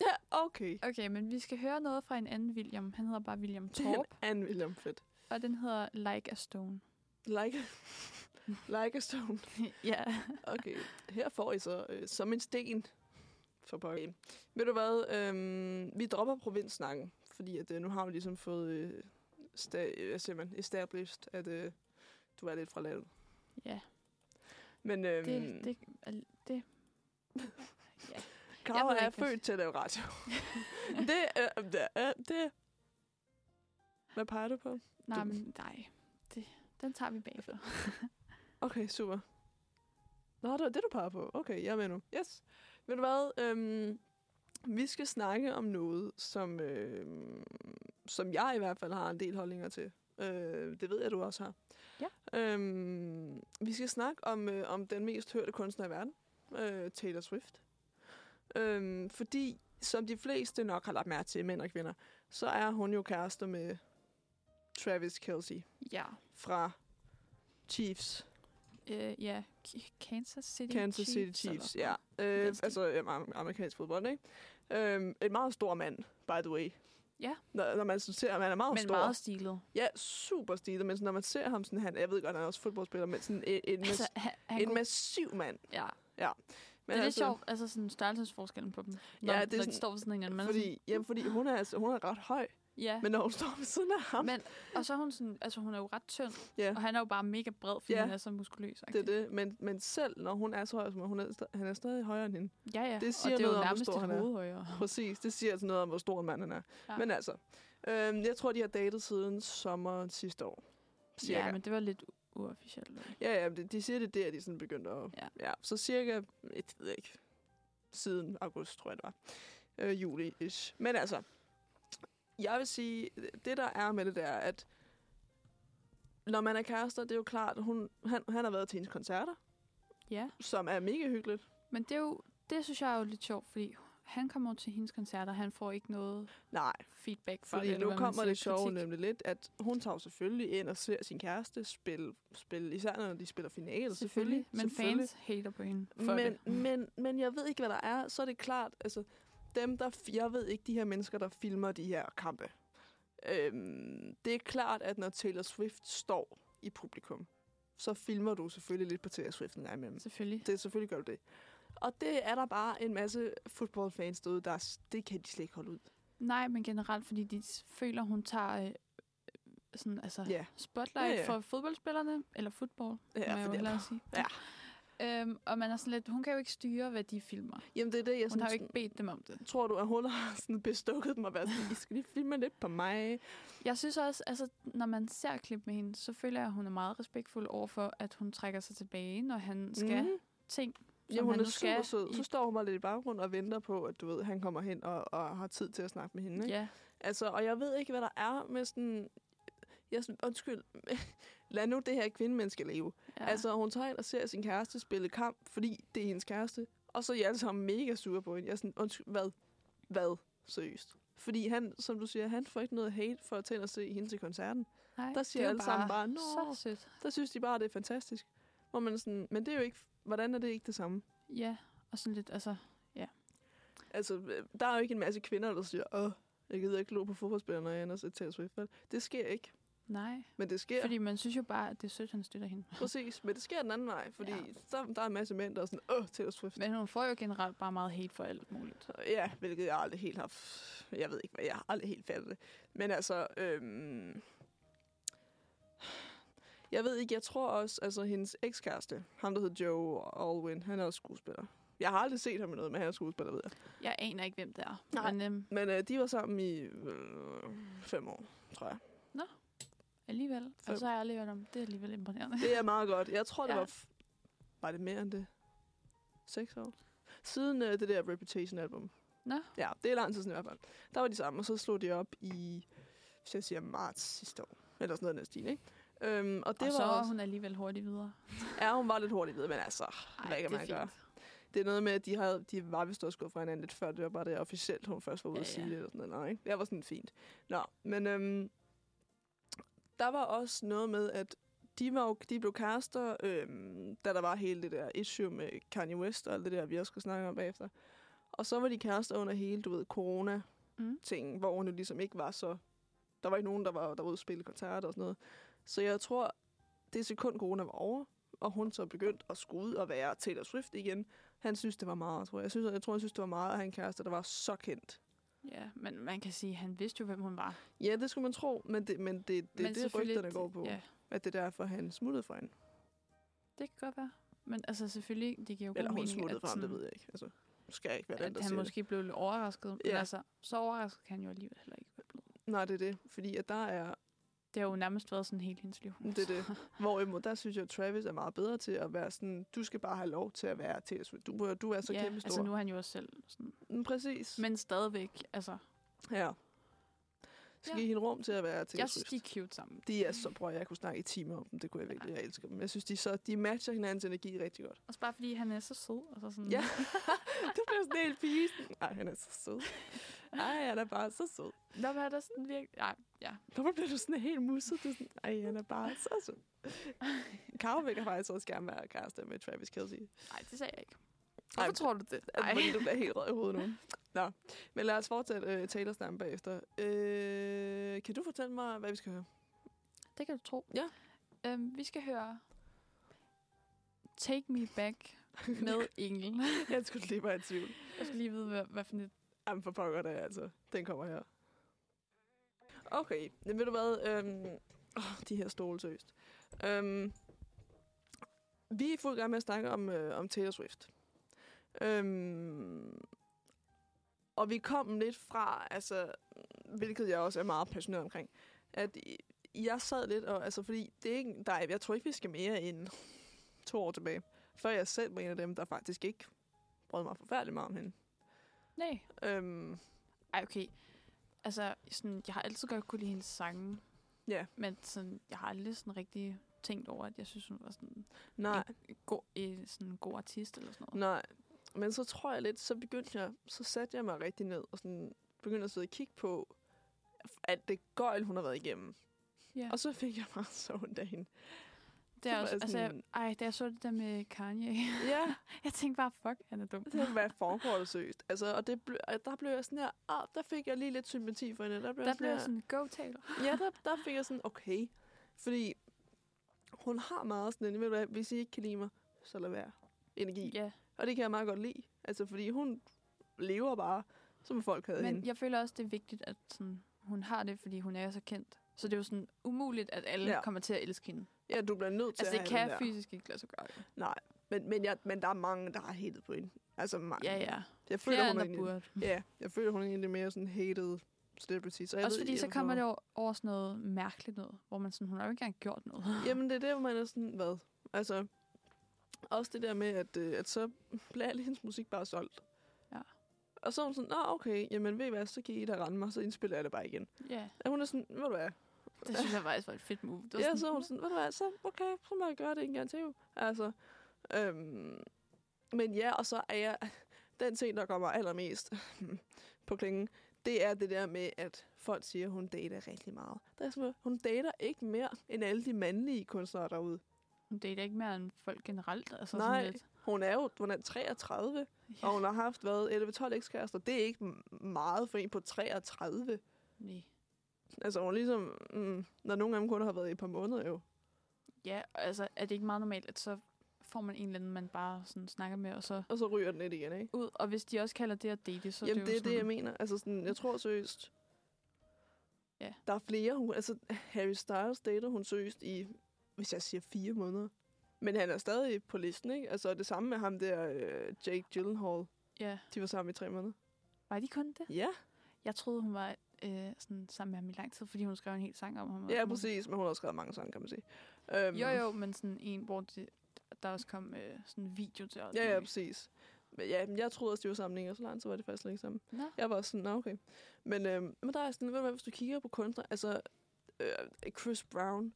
Ja, okay. Okay, men vi skal høre noget fra en anden William. Han hedder bare *laughs* William Torp, Anne William Fedt. og den hedder Like a *laughs* Stone. Like, *laughs* like a stone. ja. Okay, her får I så øh, som en sten for pokker. Ved du hvad, øhm, vi dropper provinssnakken, fordi at, øh, nu har vi ligesom fået øh, sta- øh, hvad siger man, established, at øh, du er lidt fra landet. Ja, Men øhm, det, det, al- det. jeg Kara ved er ikke, hvad- født til at lave *laughs* radio. det, øh, det, øh, det. Hvad peger du på? Nej, Du- men nej. Det, den tager vi bagefter. Okay, super. Nå, det var det, du peger på. Okay, jeg er med nu. Yes. Ved du hvad? Øhm, vi skal snakke om noget, som, øhm, som jeg i hvert fald har en del holdninger til. Øh, det ved jeg, du også har. Ja. Øhm, vi skal snakke om, øh, om den mest hørte kunstner i verden, øh, Taylor Swift. Øhm, fordi, som de fleste nok har lagt mærke til, mænd og kvinder, så er hun jo kærester med Travis Kelsey Ja. fra Chiefs. Øh, ja. K- Kansas City Kansas City Chiefs. eller Chiefs, sådan ja. noget. Øh, den stil. altså jamen, am- amerikansk fodbold, ikke? Øhm, en meget stor mand, by the way. Ja. Når, når man sådan ser, at han er meget Men stor. meget stilet. Ja, super stilet, men sådan, når man ser ham sådan, han, jeg ved godt, han er også fodboldspiller, men sådan en, en, Altså, mas, han, han en kunne, massiv mand. ja. Men det er lidt altså, sjovt, altså sådan størrelsesforskellen på dem. Når, Ja, ja, det er det når de sådan- står ved sådan en eller anden. man er sådan- Fordi, jamen, fordi hun er, altså, hun er ret høj, Ja, men, men når hun står ved siden af ham, men, og så er hun sådan, altså hun er jo ret tynd, ja, og han er jo bare mega bred, fordi Ja. ja. han er så muskuløs. det er det. Men, men selv når hun er så høj, som hun er, sta- han er stadig højere end hende. Ja, ja. Det siger og det er noget jo om, hvor nærmest stor han et er. hoved højere. *laughs* Præcis, det siger altså noget om, hvor stor en mand han er. Ja. Ja. Men altså, øhm, jeg tror, de har datet siden sommer sidste år. Cirka. Ja, men det var lidt u- uofficielt. ikke? Ja, ja, de, de siger det der, de sådan begyndte at... Ja. Ja. ja så cirka, et, ved jeg ikke, siden august, tror jeg det var. Øh, juli-ish. Men altså, jeg vil sige, det der er med det der, at når man er kærester, det er jo klart, hun, han, han har været til hendes koncerter, Ja, som er mega hyggeligt. men det, er jo, det synes jeg er jo lidt sjovt, fordi han kommer jo til hendes koncerter, han får ikke noget Nej, feedback fra fordi det. eller nu hvad man kommer siger, det sjove kritik. nemlig lidt, at hun tager jo selvfølgelig ind og ser sin kæreste spille, spille især når de spiller finale, selvfølgelig. Selvfølgelig, men selvfølgelig. fans hater på hende for men, det. *laughs* men, men jeg ved ikke, hvad der er. Så er det klart, altså, dem der, f- jeg ved ikke, de her mennesker, der filmer de her kampe. Øhm, det er klart, at når Taylor Swift står i publikum, så filmer du selvfølgelig lidt på Taylor Swift en gang imellem. Selvfølgelig. Det, selvfølgelig gør du det. Og det er der bare en masse fodboldfans derude, der, s- det kan de slet ikke holde ud. Nej, men generelt, fordi de s- føler, hun tager øh, sådan, altså, Ja. spotlight Ja, ja, ja. ja. for fodboldspillerne, eller fodbold, Ja, ja, må jeg jo fordi- hellere sige. Ja. Øhm, og man er sådan lidt, hun kan jo ikke styre, hvad de filmer. Jamen det er det, jeg Hun sådan, har jo ikke bedt dem om det. tror du, at hun har *laughs* sådan bestukket dem og været sådan, I skal lige filme lidt på mig. Jeg synes også, altså, når man ser klip med hende, så føler jeg, at hun er meget respektfuld overfor, at hun trækker sig tilbage, når han skal mm. Mhm. ting. som Jamen, hun han er nu super skal Mm. sød. i- Så står hun bare lidt i baggrunden og venter på, at du ved, han kommer hen og, og har tid til at snakke med hende. Ikke? Ja, Altså, og jeg ved ikke, hvad der er med sådan... Jeg er sådan, undskyld, *laughs* lad nu det her kvindemenneske leve. ja. Ja. Altså, hun tager ind og ser sin kæreste spille kamp, fordi det er hendes kæreste. Og så er jeg alle sammen mega sure på hende. Jeg er sådan, undskyld, hvad? Hvad? Seriøst. Fordi han, som du siger, han får ikke noget hate for at tage ind og se hende til koncerten. Nej, der siger det er jo alle sammen bare, "Nå." Så sødt. Der synes de bare, det er fantastisk. Hvor man er sådan, men det er jo ikke, hvordan er det ikke det samme? Ja, og sådan lidt, altså, Altså, øh, der er jo ikke en masse kvinder, der siger, åh, jeg gider ikke glo på fodboldspillere, når jeg ender til Taylor Swift. vel? Det sker ikke, nej. men det sker. Ja. Fordi... Fordi man synes jo bare, at det er sødt, han støtter hende. Præcis, men det sker den anden vej, fordi ja. Ja. der, der er en masse mænd, der er sådan, åh, Taylor Swift. Men... Men hun får jo generelt bare meget hate for alt muligt. Ja, hvilket jeg aldrig helt har... f- Jeg ved ikke, hvad jeg har aldrig helt fattet det. Men altså, øhm... Jeg ved ikke, jeg tror også, altså hendes ekskæreste, ham der hed Joe Alwyn, han er også skuespiller. Jeg har aldrig set ham i noget, men han er skuespiller, ved jeg. Jeg aner ikke, hvem det er. Nej. Men øhm, Men øh, de var sammen i øh, fem år, tror jeg. alligevel. Fem. Og så har jeg aldrig hørt om, det er alligevel imponerende. Det er meget godt. Jeg tror, det ja. Ja. var... F- var det mere end det? Seks år? Siden uh, det der Reputation-album. Nå. Ja, det er lang tid siden i hvert fald. Der var de sammen, og så slog de op i, hvis jeg siger marts sidste år. Eller sådan noget næsten, ikke? Øhm, og *laughs* det og var så er også, hun... hun alligevel hurtigt videre. Ja, hun var lidt hurtig ved, men altså, Ej, hvad kan det er man fint. gøre? det er noget med, at de, havde, de var vist også gået fra hinanden lidt før. Det var bare det officielt, hun først var ude Ja, at sige ja. det. Eller sådan noget. Ikke? Det var sådan fint. Nå, men øhm, der var også noget med, at de, var jo, de blev caster, øhm, da der var hele det der issue med Kanye West og alt det der, vi også skulle snakke om bagefter. Og så var de caster under hele, du ved, Mm. corona-ting, hvor hun jo ligesom ikke var så... Der var ikke nogen, der var derude og spille koncerter og sådan noget. Så jeg tror, det sekund corona var over, og hun så begyndte at skulle ud og være Taylor Swift igen, han synes, det var meget, tror jeg. Jeg, synes, jeg tror, han synes, det var meget at have en kæreste, der var så kendt. Ja, men man kan sige, at han vidste jo, hvem hun var. Ja, det skulle man tro, men det, men det, det er men det, selvfølgelig- rygterne går på. Ja, At det er derfor, han smuttede fra hende. det kan godt være. Men altså selvfølgelig, det giver jo god Eller hun mening, smuttede at, fra ham, det sådan- ved jeg ikke. Altså, nu skal jeg ikke være den, at der han siger måske blev lidt overrasket. Ja. Ja. Men altså, så overrasket kan han jo alligevel heller ikke være blevet. det. Nej, det er det. Fordi at der er... Det har jo nærmest været sådan hele hendes liv. Det er det. *laughs* Hvorimod, der synes jeg, at Travis er meget bedre til at være sådan... Du skal bare have lov til at være Taylor Swift. Du, er- du er så ja, ja, kæmpe stor. altså nu er han jo også selv sådan. nu... Præcis. Men... Men stadigvæk, altså, Ja. Skal Ja. give hende rum til at være Taylor jeg Swift. synes, de er cute sammen. De er så, prøv at jeg kunne snakke i timer om dem. Det kunne jeg virkelig. Jeg elsker dem. Jeg synes, de, så, de matcher hinandens energi rigtig godt. Også bare fordi han er så sød, og så sådan, Ja. *laughs* det blev Mm. sådan helt pisen. Ej, han er så sød. Ej, han er bare så sød. der var der sådan virkelig, nej, ja. Hvorfor bliver du sådan helt musset? Du er sådan, Ej, han er bare så sød. Karo vil faktisk også gerne være kæreste med Travis Kelsey. Nej, det sagde jeg ikke. Hvorfor men- tror du det? Ej. Ej. Fordi du bliver helt rød i hovedet nu. Nå, men lad os fortsætte øh, Taylor snakken bagefter. Øh, kan du fortælle mig, hvad vi skal høre? Det kan du tro. Ja. Øhm, vi skal høre Take Me Back med Engel. Jeg skulle lige være i tvivl. Jeg skal lige vide, hvad, hvad for et... Jamen for pokker det, er, altså. Den kommer her. Okay, men ved du hvad? Øhm, åh, de her stole, seriøst. Øhm, vi er i fuld gang med at snakke om, øh, om Taylor Swift. Øhm, og vi kom lidt fra, altså, hvilket jeg også er meget passioneret omkring, at i- jeg sad lidt, og altså, fordi det er ikke, der er, jeg tror ikke, vi skal mere end to år tilbage, før jeg selv var en af dem, der faktisk ikke brød mig forfærdeligt meget om hende. Nej. Øhm, Ej, okay. Altså, sådan, jeg har altid godt kunne lide hendes sange. Ja. Men sådan, jeg har aldrig sådan rigtig tænkt over, at jeg synes, hun var sådan nej, en god, en, sådan en god artist eller sådan noget. Nej, men så tror jeg lidt, så begyndte jeg, så satte jeg mig rigtig ned og sådan begyndte at sidde og kigge på alt det gøjl, hun har været igennem. Ja. Og så fik jeg meget så ondt af hende. Det er var også, jeg altså, jeg, sådan- ej, da jeg så det der med Kanye, *laughs* Ja, jeg tænkte bare, fuck, han er *laughs* dum. det var foregår der seriøst. Altså, og det ble, og der blev jeg sådan her, ah, der fik jeg lige lidt sympati for hende. Der blev, Der jeg blev jeg sådan, sådan, go Taylor. her, Ja, der, der fik jeg sådan, okay. Fordi hun har meget sådan en, ved du hvad, hvis I ikke kan lide mig, så lad være. Energi. Ja. Ja, Og det kan jeg meget godt lide. Altså, fordi hun lever bare, som folk havde hende. men jeg føler også, det er vigtigt, at sådan, hun har det, fordi hun er så kendt. Så det er jo sådan umuligt, at alle Ja. ja. kommer til at elske hende. Ja, du bliver nødt til Altså, det at have den kan der. fysisk ikke lade sig gøre. jo. Men, men, jeg, men der er mange, der har hatet på hende. Altså mange. Ja, ja. Jeg føler, Flere hun er andre en, burde. ja, jeg føler, hun er en af de mere sådan hated celebrity. Så jeg Også ved fordi ikke, så hvorfor. kommer det over, over sådan noget mærkeligt noget, hvor man sådan, hun har jo ikke engang gjort noget. Jamen, det er der, hvor man er sådan, hvad? Altså, også det der med, at, øh, at så bliver al hendes musik bare solgt. Ja. Og så er hun sådan, nå okay, jamen ved I hvad, så kan I da rende mig, så indspiller jeg det bare igen. Ja, Og hun er sådan, ved du hvad, det synes jeg faktisk var et fedt move. Det var Ja, så er hun sådan, ved du hvad, så okay, så må jeg gøre det en gang til. jo." Altså, øhm, men ja, og så er jeg, den ting, der kommer allermest *laughs* på klingen, det er det der med, at folk siger, at hun dater rigtig meget. Der er sådan, hun dater ikke mere end alle de mandlige kunstnere derude. "Hm, Hun dater ikke mere end folk generelt. Altså Nej. Sådan lidt. Hun er jo hun er 33, Ja. og hun har haft været 11-12 ekskærester. Det er ikke m- meget for en på 33. Nej. Altså, hun er ligesom, mm, når nogle af dem kun har været i et par måneder jo. Ja, og altså er det ikke meget normalt, at så får man en eller anden, man bare sådan snakker med, og så Og så ryger den lidt igen, ikke? ud. Og hvis de også kalder det at date, så Så Jamen, det er det det, jeg jo mener. Altså, sådan, jeg tror seriøst, Ja. der er flere. Hun, altså, Harry Styles dater hun seriøst i, hvis jeg siger fire måneder. Men han er stadig på listen, ikke? Altså, og det samme med ham der, øh, Jake Gyllenhaal. Ja. De var sammen i tre måneder. Var de kun det? Ja, Jeg troede, hun var øh, sådan sammen med ham i lang tid, fordi hun skrev en hel sang om ham. og ja sådan præcis. Men hun har også skrevet mange sange, kan man sige. Øhm, noget. Jo, jo, men sådan en, hvor det, der også kom øh, sådan en video til os. Ja, ja, præcis. Men ja, men jeg troede også, de var sammen længere. Så langt, så var det faktisk længe sammen. Nå, Jeg var også sådan, "Nå, okay. Men, øhm, men der er sådan, ved du hvad, hvis du kigger på kunstnere, altså øh, Chris Brown,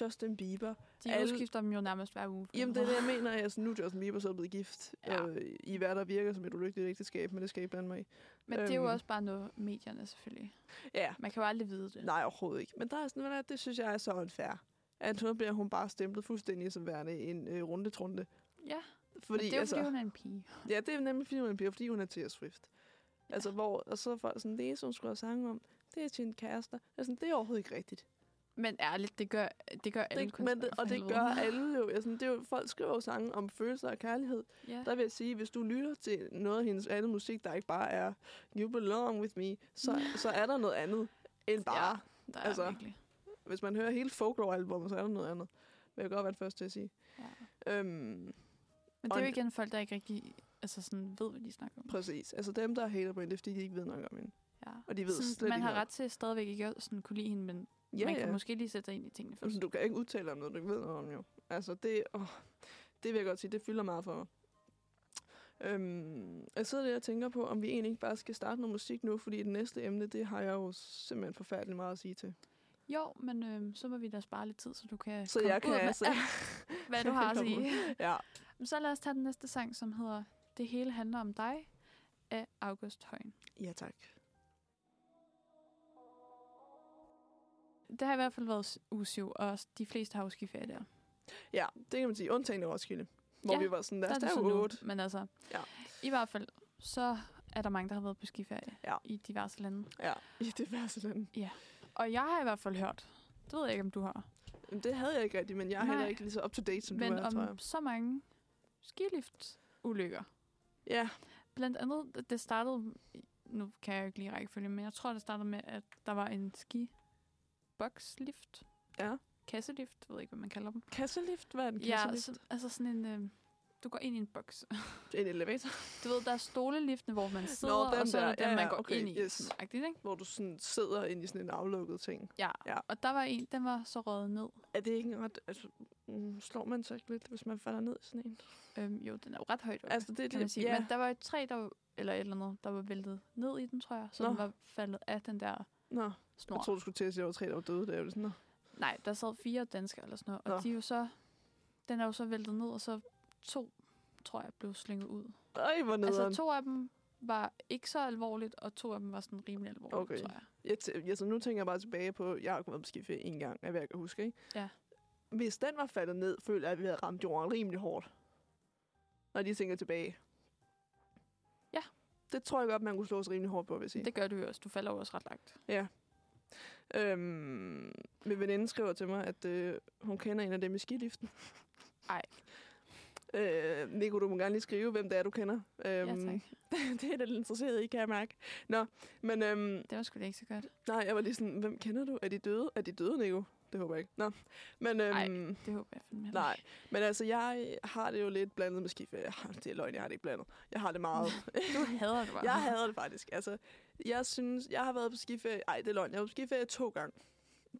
Justin Bieber, de Alle- alle... udskifter dem jo nærmest hver uge. Jamen, det er det, jeg mener. Altså, nu er Justin Bieber så blevet gift. Ja. Ja. Øh, I hvad der virker som et ulykkeligt ægteskab, men det skal I blande mig i. Men det er jo Øhm. også bare noget, medierne selvfølgelig. Ja, Man kan jo aldrig vide det. nej, overhovedet ikke. Men der er sådan, hvad det synes jeg er så unfair. at så bliver hun bare stemplet fuldstændig som værende en øh, rundetrunde. Ja, fordi, Fordi, det er jo, altså, altså... fordi hun er en pige. Ja, det er nemlig fordi hun er en pige, og fordi hun er Taylor Swift. Ja. Altså, hvor, og så er folk sådan, det eneste, hun skulle have sange om, det er sin kærester. Altså, det er overhovedet ikke rigtigt. Men ærligt, det gør, det gør alle Det, men det, kunstnere, for og det helvede. gør alle jo. Altså, det er jo. Folk skriver jo sange om følelser og kærlighed. Ja. Der vil jeg sige, hvis du lytter til noget af hendes andet musik, der ikke bare er You Belong With Me, så, så er der noget andet end bare. Ja. Der er altså- virkelig. Hvis man hører hele folklore-albumet, så er der noget andet. Vil jeg godt være den første til at sige. Ja. Øhm, Men det er jo Og- igen folk, der ikke rigtig altså sådan, ved, hvad de snakker om. præcis. Altså dem, der hater på hende, det er fordi, de ikke ved nok om hende. Ja. Og de ved sådan, slet man ikke har noget. ret til stadigvæk ikke at sådan, kunne lide hende, men ja, man kan ja. måske lige sætte sig ind i tingene først. Altså, du kan ikke udtale dig om noget, du ikke ved noget om, jo. Altså, det, åh, det vil jeg godt sige, det fylder meget for mig. Øhm, jeg sidder der og tænker på, om vi egentlig ikke bare skal starte noget musik nu, fordi det næste emne, det har jeg jo simpelthen forfærdeligt meget at sige til. Jo, men øh, så må vi da spare lidt tid, så du kan Så komme jeg kan ud med altså- *laughs* alt, *laughs* hvad du har at sige. Ja, Men Så lad os tage den næste sang, som hedder Det hele handler om dig af August Højen. ja tak. Det har i hvert fald været usiv, og også de fleste har jo skiferie der. Ja, det kan man sige. Undtagen i Roskilde, hvor Ja, vi var sådan, lad os det tage så nu, otte. Men altså, Ja. i hvert fald, så er der mange, der har været på skiferie Ja. i diverse lande. Ja, i det værste land. Og jeg har i hvert fald hørt, det ved jeg ikke, om du har, Jamen, Det havde jeg ikke rigtigt, men jeg er heller Nej. ikke lige så up-to-date, som men du er, tror jeg. om så mange skilift-ulykker. Ja, Blandt andet, det- det startede, nu kan jeg jo ikke lige rækkefølge, men jeg tror, det startede med, at der var en ski bokslift. Ja. Kasselift, jeg ved ikke, hvad man kalder dem. kasselift, hvad er en kasselift? så, altså sådan en, øh, du går ind i en boks. *laughs* En elevator, Du ved, der er stoleliftene, hvor man sidder, dem og så er der. der dem, Ja, man ja, går okay, ind i. yes. Sådan, agtigt, ikke? hvor du sådan sidder inde i sådan en aflukket ting. Ja. Ja. ja. Og der var en, den var så røget ned. Er det ikke en ret... Altså, mm, slår man sig ikke lidt, hvis man falder ned i sådan en? Øhm, jo, den er jo ret højt op, Altså, det er kan man det, sige. ja. Men der var et træ, der, var- eller et eller andet, der var væltet ned i den, tror jeg. Så Nå. den var faldet af den der Nå, snor. jeg troede, du skulle til at sige, at jeg var tre, der var døde. Der er jo sådan, nå. Nej, der sad fire danskere eller sådan noget, og Nå. de er jo så, den er jo så væltet ned, og så to, tror jeg, blev slynget ud. Øj, hvor nederen. Altså to af dem var ikke så alvorligt, og to af dem var sådan rimelig alvorligt, Okay. tror jeg. jeg tæ- altså, nu tænker jeg bare tilbage på, jeg har været på skiferie en gang, af hvad jeg kan huske, ikke? Ja. Hvis den var faldet ned, føler jeg, at vi havde ramt jorden rimelig hårdt. Når de tænker tilbage. Ja. Det tror jeg godt, man kunne slå os rimelig hårdt på, vil jeg sige. Det gør du jo også. Du falder jo også ret langt. Øhm, min veninde skriver til mig, at øh, hun kender en af dem i *laughs* skiliften. Ej. Øh, Nico, du må gerne lige skrive, hvem det er, du kender. Øhm, *laughs* Øhm. Ja, tak. det er da lidt interesseret i, kan jeg mærke. Nå, men øhm, Det var sgu da ikke så godt. nej, jeg var lige sådan, hvem kender du? Er de døde? Er de døde, Nico? Det håber jeg ikke. Nå, men, øhm, Ej. Det håber jeg fandme heller Nej, ikke. men altså, jeg har det jo lidt blandet med skiferie. Jeg har- Det er løgn, jeg har det ikke blandet. Jeg har det meget. Du hader det bare. jeg hader det faktisk. Altså, jeg synes, jeg har været på skiferie. Ej, det er løgn. Jeg var på skiferie to gange.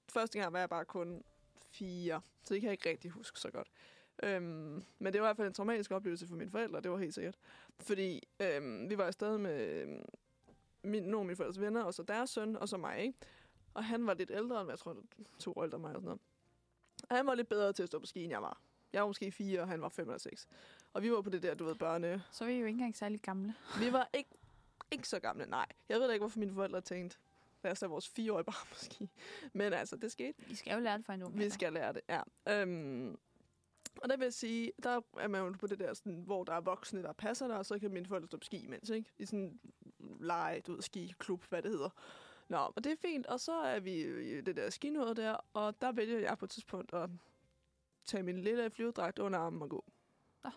Første gang var jeg bare kun fire, så det kan jeg ikke rigtig huske så godt. Øhm, men det var i hvert fald en traumatisk oplevelse for mine forældre, det var helt sikkert. Fordi øhm, vi var afsted med øhm, min, nogle af mine forældres venner, og så deres søn, og så mig, ikke? Og han var lidt ældre, end jeg tror, to år ældre end mig og sådan noget. Og han var lidt bedre til at stå på ski, end jeg var. Jeg var måske fire, og han var fem eller seks. Og vi var på det der, du ved, børne... Så er vi jo ikke engang særlig gamle. Vi var ikke, ikke så gamle, nej. Jeg ved da ikke, hvorfor mine forældre tænkte, lad os tage vores fireårige barn *laughs* måske. Men altså, det skete. I skal jo lære det fra en ung Vi alder. skal lære det, ja. Øhm, og der vil jeg sige, der er man jo på det der, sådan, hvor der er voksne, der passer dig, og så kan mine forældre stå på ski imens, ikke? I sådan lege, du ved, skiklub, hvad det hedder. Nå, og det er fint, og så er vi i det der skinåde der, og der vælger jeg på et tidspunkt at tage min lille flyvedragt under armen og gå. Nå.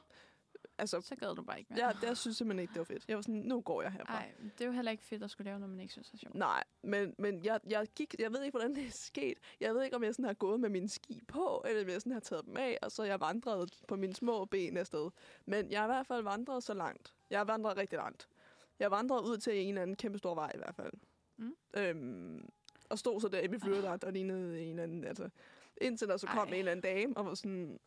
Altså, Så gad du bare ikke mere. jeg, jeg synes simpelthen ikke, det var fedt. Jeg var sådan, nu går jeg herfra. Nej, det er jo heller ikke fedt at skulle lave, når man ikke synes er sjovt. Nej, men, men jeg, jeg, gik, jeg ved ikke, hvordan det er sket. Jeg ved ikke, om jeg sådan har gået med mine ski på, eller om jeg sådan har taget dem af, og så jeg vandret på mine små ben afsted. Men jeg har i hvert fald vandret så langt. Jeg har vandret rigtig langt. Jeg vandrede ud til en eller anden kæmpe stor vej i hvert fald. Mm. Ah. Øhm, og stod så der i min flyverdragt og lignede en eller anden. Altså, indtil der så kom en Ej. eller anden dame og var sådan,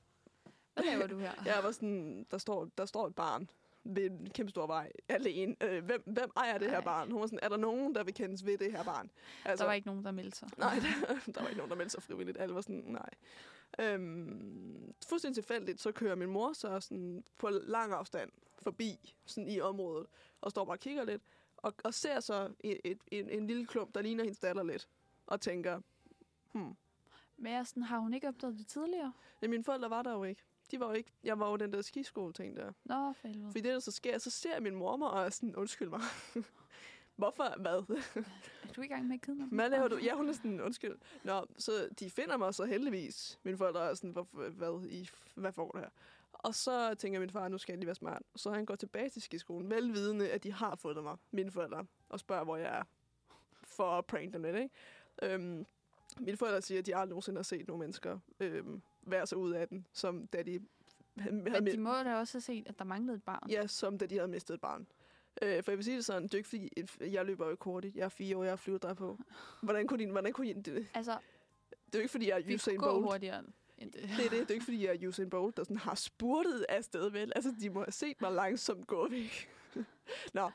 Hvad laver du her? *laughs* jeg var sådan, der står, der står et barn ved en kæmpe stor vej, alene. Øh, hvem, hvem ejer det her Ej. barn? Hun var sådan, er der nogen, der vil kendes ved det her barn? Der var ikke nogen, der meldte sig. altså- *laughs* Nej, der, der var ikke nogen, der meldte sig frivilligt. Alle var sådan, nej. Øhm, fuldstændig tilfældigt, så kører min mor så sådan på lang afstand forbi sådan i området, og står bare og kigger lidt, og, og ser så et, et, en, en lille klump, der ligner hendes datter lidt, og tænker, hmm, Men jeg er sådan, har hun ikke opdaget det tidligere? Men mine forældre var der jo ikke. De var jo ikke. Jeg var jo den der skiskole-ting der. Nå, for helvede. Fordi det, der så sker, så ser jeg min mormor og er sådan, undskyld mig. *laughs* Hvorfor? Hvad? *laughs* Er du i gang med at kidnappe Hvad laver du? Ja, hun er sådan, undskyld. Nå, så de finder mig så heldigvis. Mine forældre er sådan, "Hvor- hvad, I, hvad får du her? Og så tænker min far, nu skal jeg lige være smart. Så han går tilbage til skiskolen, velvidende, at de har fundet mig, mine forældre, og spørger, hvor jeg er, for at prank dem lidt, ikke? Øhm, mine forældre siger, at de aldrig nogensinde har set nogle mennesker øhm, være så ud af den, som da de havde, Men de må da også have set, at der manglede et barn. Ja, som da de havde mistet et barn. Øh, for jeg vil sige det sådan, det er jo ikke fordi, at jeg løber jo ikke hurtigt. Jeg er fire år, jeg har flyvet på. Hvordan kunne din, hvordan kunne din, det, det Altså, er jo ikke fordi, jeg vi er Usain kunne gå Bolt. hurtigere end det. Det er det, det er jo ikke fordi, jeg er Usain Bolt, der sådan har spurtet afsted, vel? Altså, de må have set mig langsomt gå væk. *laughs* Nå,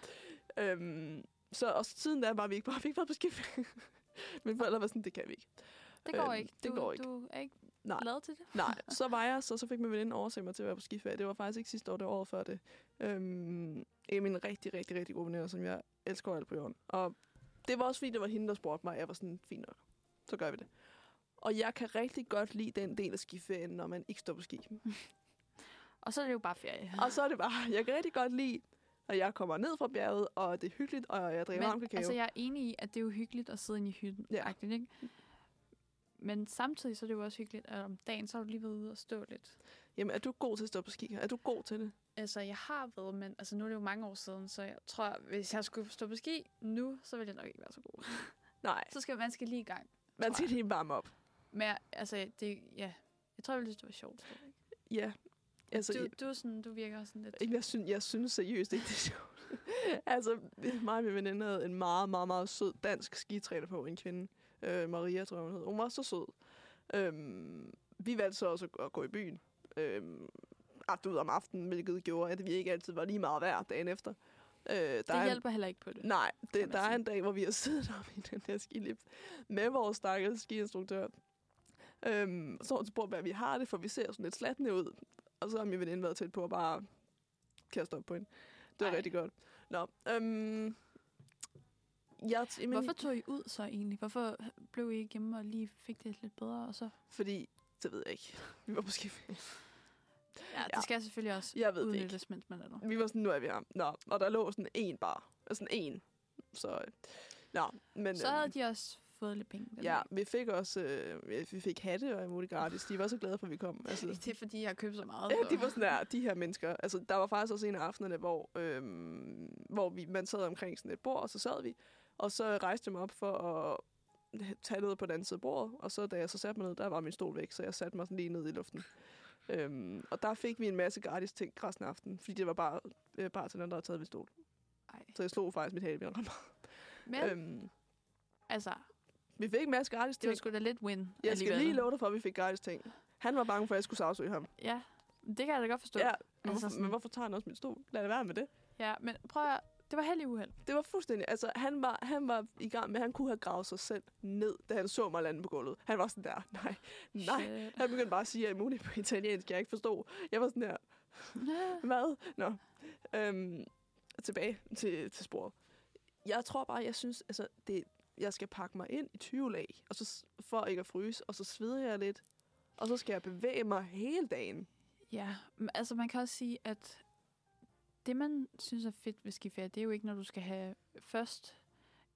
øhm, så og siden da var vi ikke bare, vi ikke bare på skiferie. *laughs* Mine forældre var sådan, det kan vi ikke. Det går Øhm, ikke. det Du, går ikke. Du er ikke Nej. lavet til det. Nej, så var jeg, så, så fik min veninde overset mig til at være på skiferie. Det var faktisk ikke sidste år, det var året før det. Øhm, Amy er en rigtig, rigtig, rigtig god veninde, som jeg elsker alt på jorden. Og det var også fordi, det var hende, der spurgte mig. Jeg var sådan, fint nok, så gør vi det. Og jeg kan rigtig godt lide den del af skiferien, når man ikke står på *laughs* ski. Og så er det jo bare ferie. Og så er det bare, jeg kan rigtig godt lide, at jeg kommer ned fra bjerget, og det er hyggeligt, og jeg drikker varm kakao. altså, jeg er enig i, at det er jo hyggeligt at sidde inde i hytten. Ja. Ja. Ikke? Men samtidig så er det jo også hyggeligt, at om dagen så har du lige været ude og stå lidt. Jamen, er du god til at stå på ski? Er du god til det? Altså, jeg har været, men altså, nu er det jo mange år siden, så jeg tror, hvis jeg skulle stå på ski nu, så ville jeg nok ikke være så god. Nej, Så skal man skal lige i gang. man Tror skal lige varme op. Men jeg- altså, det, ja. Jeg tror, jeg ville synes, det var sjovt. Ja, Altså, altså, du, du, er sådan, du virker sådan lidt... Jamen, Jeg synes, jeg synes seriøst ikke, det er sjovt. *laughs* altså, mig og min veninde havde en meget, meget, meget sød dansk skitræner på, en kvinde. Øh, Maria, tror jeg, hun hed. Hun var så sød. Øhm, vi valgte så også at, at gå i byen. Øhm, ah, du ved, om aftenen, hvilket gjorde, at vi ikke altid var lige meget værd dagen efter. Øh, der det er en- hjælper heller ikke på det. Nej, kan det, man der er sige. en dag, hvor vi har *laughs* siddet op i den her skilip med vores stakkels skiinstruktør. Øhm, så har hun spurgt, hvad vi har det, for vi ser sådan lidt slattende ud. Og så har min veninde været tæt på at bare kaste op på hende. Det var Ej. Ej. rigtig godt. Nå, øhm, jeg, t- jamen, Hvorfor tog I ud så egentlig? Hvorfor blev I ikke hjemme og lige fik det lidt bedre? Og så? Fordi, det ved jeg ikke. Vi var på *laughs* skiferie. Ja, det Ja. skal selvfølgelig også Jeg ved det ikke. udnyttes, mens man er der. Vi var sådan, nu er vi her. Nå, og der lå sådan en bar. Altså sådan en. Så, øh, nå, men... Så øhm, havde de også fået lidt penge. den Ja, dag. vi fik også øh, vi fik hatte og alt muligt gratis. De var så glade for, at vi *laughs* kom. Altså, Det er fordi, jeg har købt så meget. Ja, så- de var sådan der, de her mennesker. Altså, der var faktisk også en af aftenerne, hvor, øhm, hvor vi, man sad omkring sådan et bord, og så sad vi. Og så rejste jeg mig op for at tage noget på den anden side af bordet. Og så da jeg så satte mig ned, der var min stol væk, så jeg satte mig sådan lige ned i luften. Øhm, og der fik vi en masse gratis ting resten af aftenen, fordi det var bare, øh, bare til der havde taget min stol. Ej. Så jeg slog faktisk mit hælben ret meget. Men Øhm, altså, vi fik en masse gratis det var ting. sgu da lidt win Jeg skal alligevel. lige love dig for, at vi fik gratis ting. Han var bange for, at jeg skulle sagsøge ham. Ja, det kan jeg da godt forstå. Ja, men, altså hvorfor, sådan- men hvorfor tager han også min stol? Lad det være med det. ja men prøv at det var heldig uheld. Det var fuldstændig... Altså, han var, han var i gang med, han kunne have gravet sig selv ned, da han så mig lande på gulvet. Han var sådan der, nej, nej. Shit. Han begyndte bare at sige alt muligt på italiensk, jeg ikke forstod. Jeg var sådan der, *laughs* hvad? Nå. Øhm, tilbage til, til sporet. Jeg tror bare, jeg synes, altså, det, jeg skal pakke mig ind i 20 lag, og så, s- for ikke at fryse, og så sveder jeg lidt. Og så skal jeg bevæge mig hele dagen. Ja, men altså man kan også sige, at det, man synes er fedt ved skiferie, det er jo ikke, når du skal have først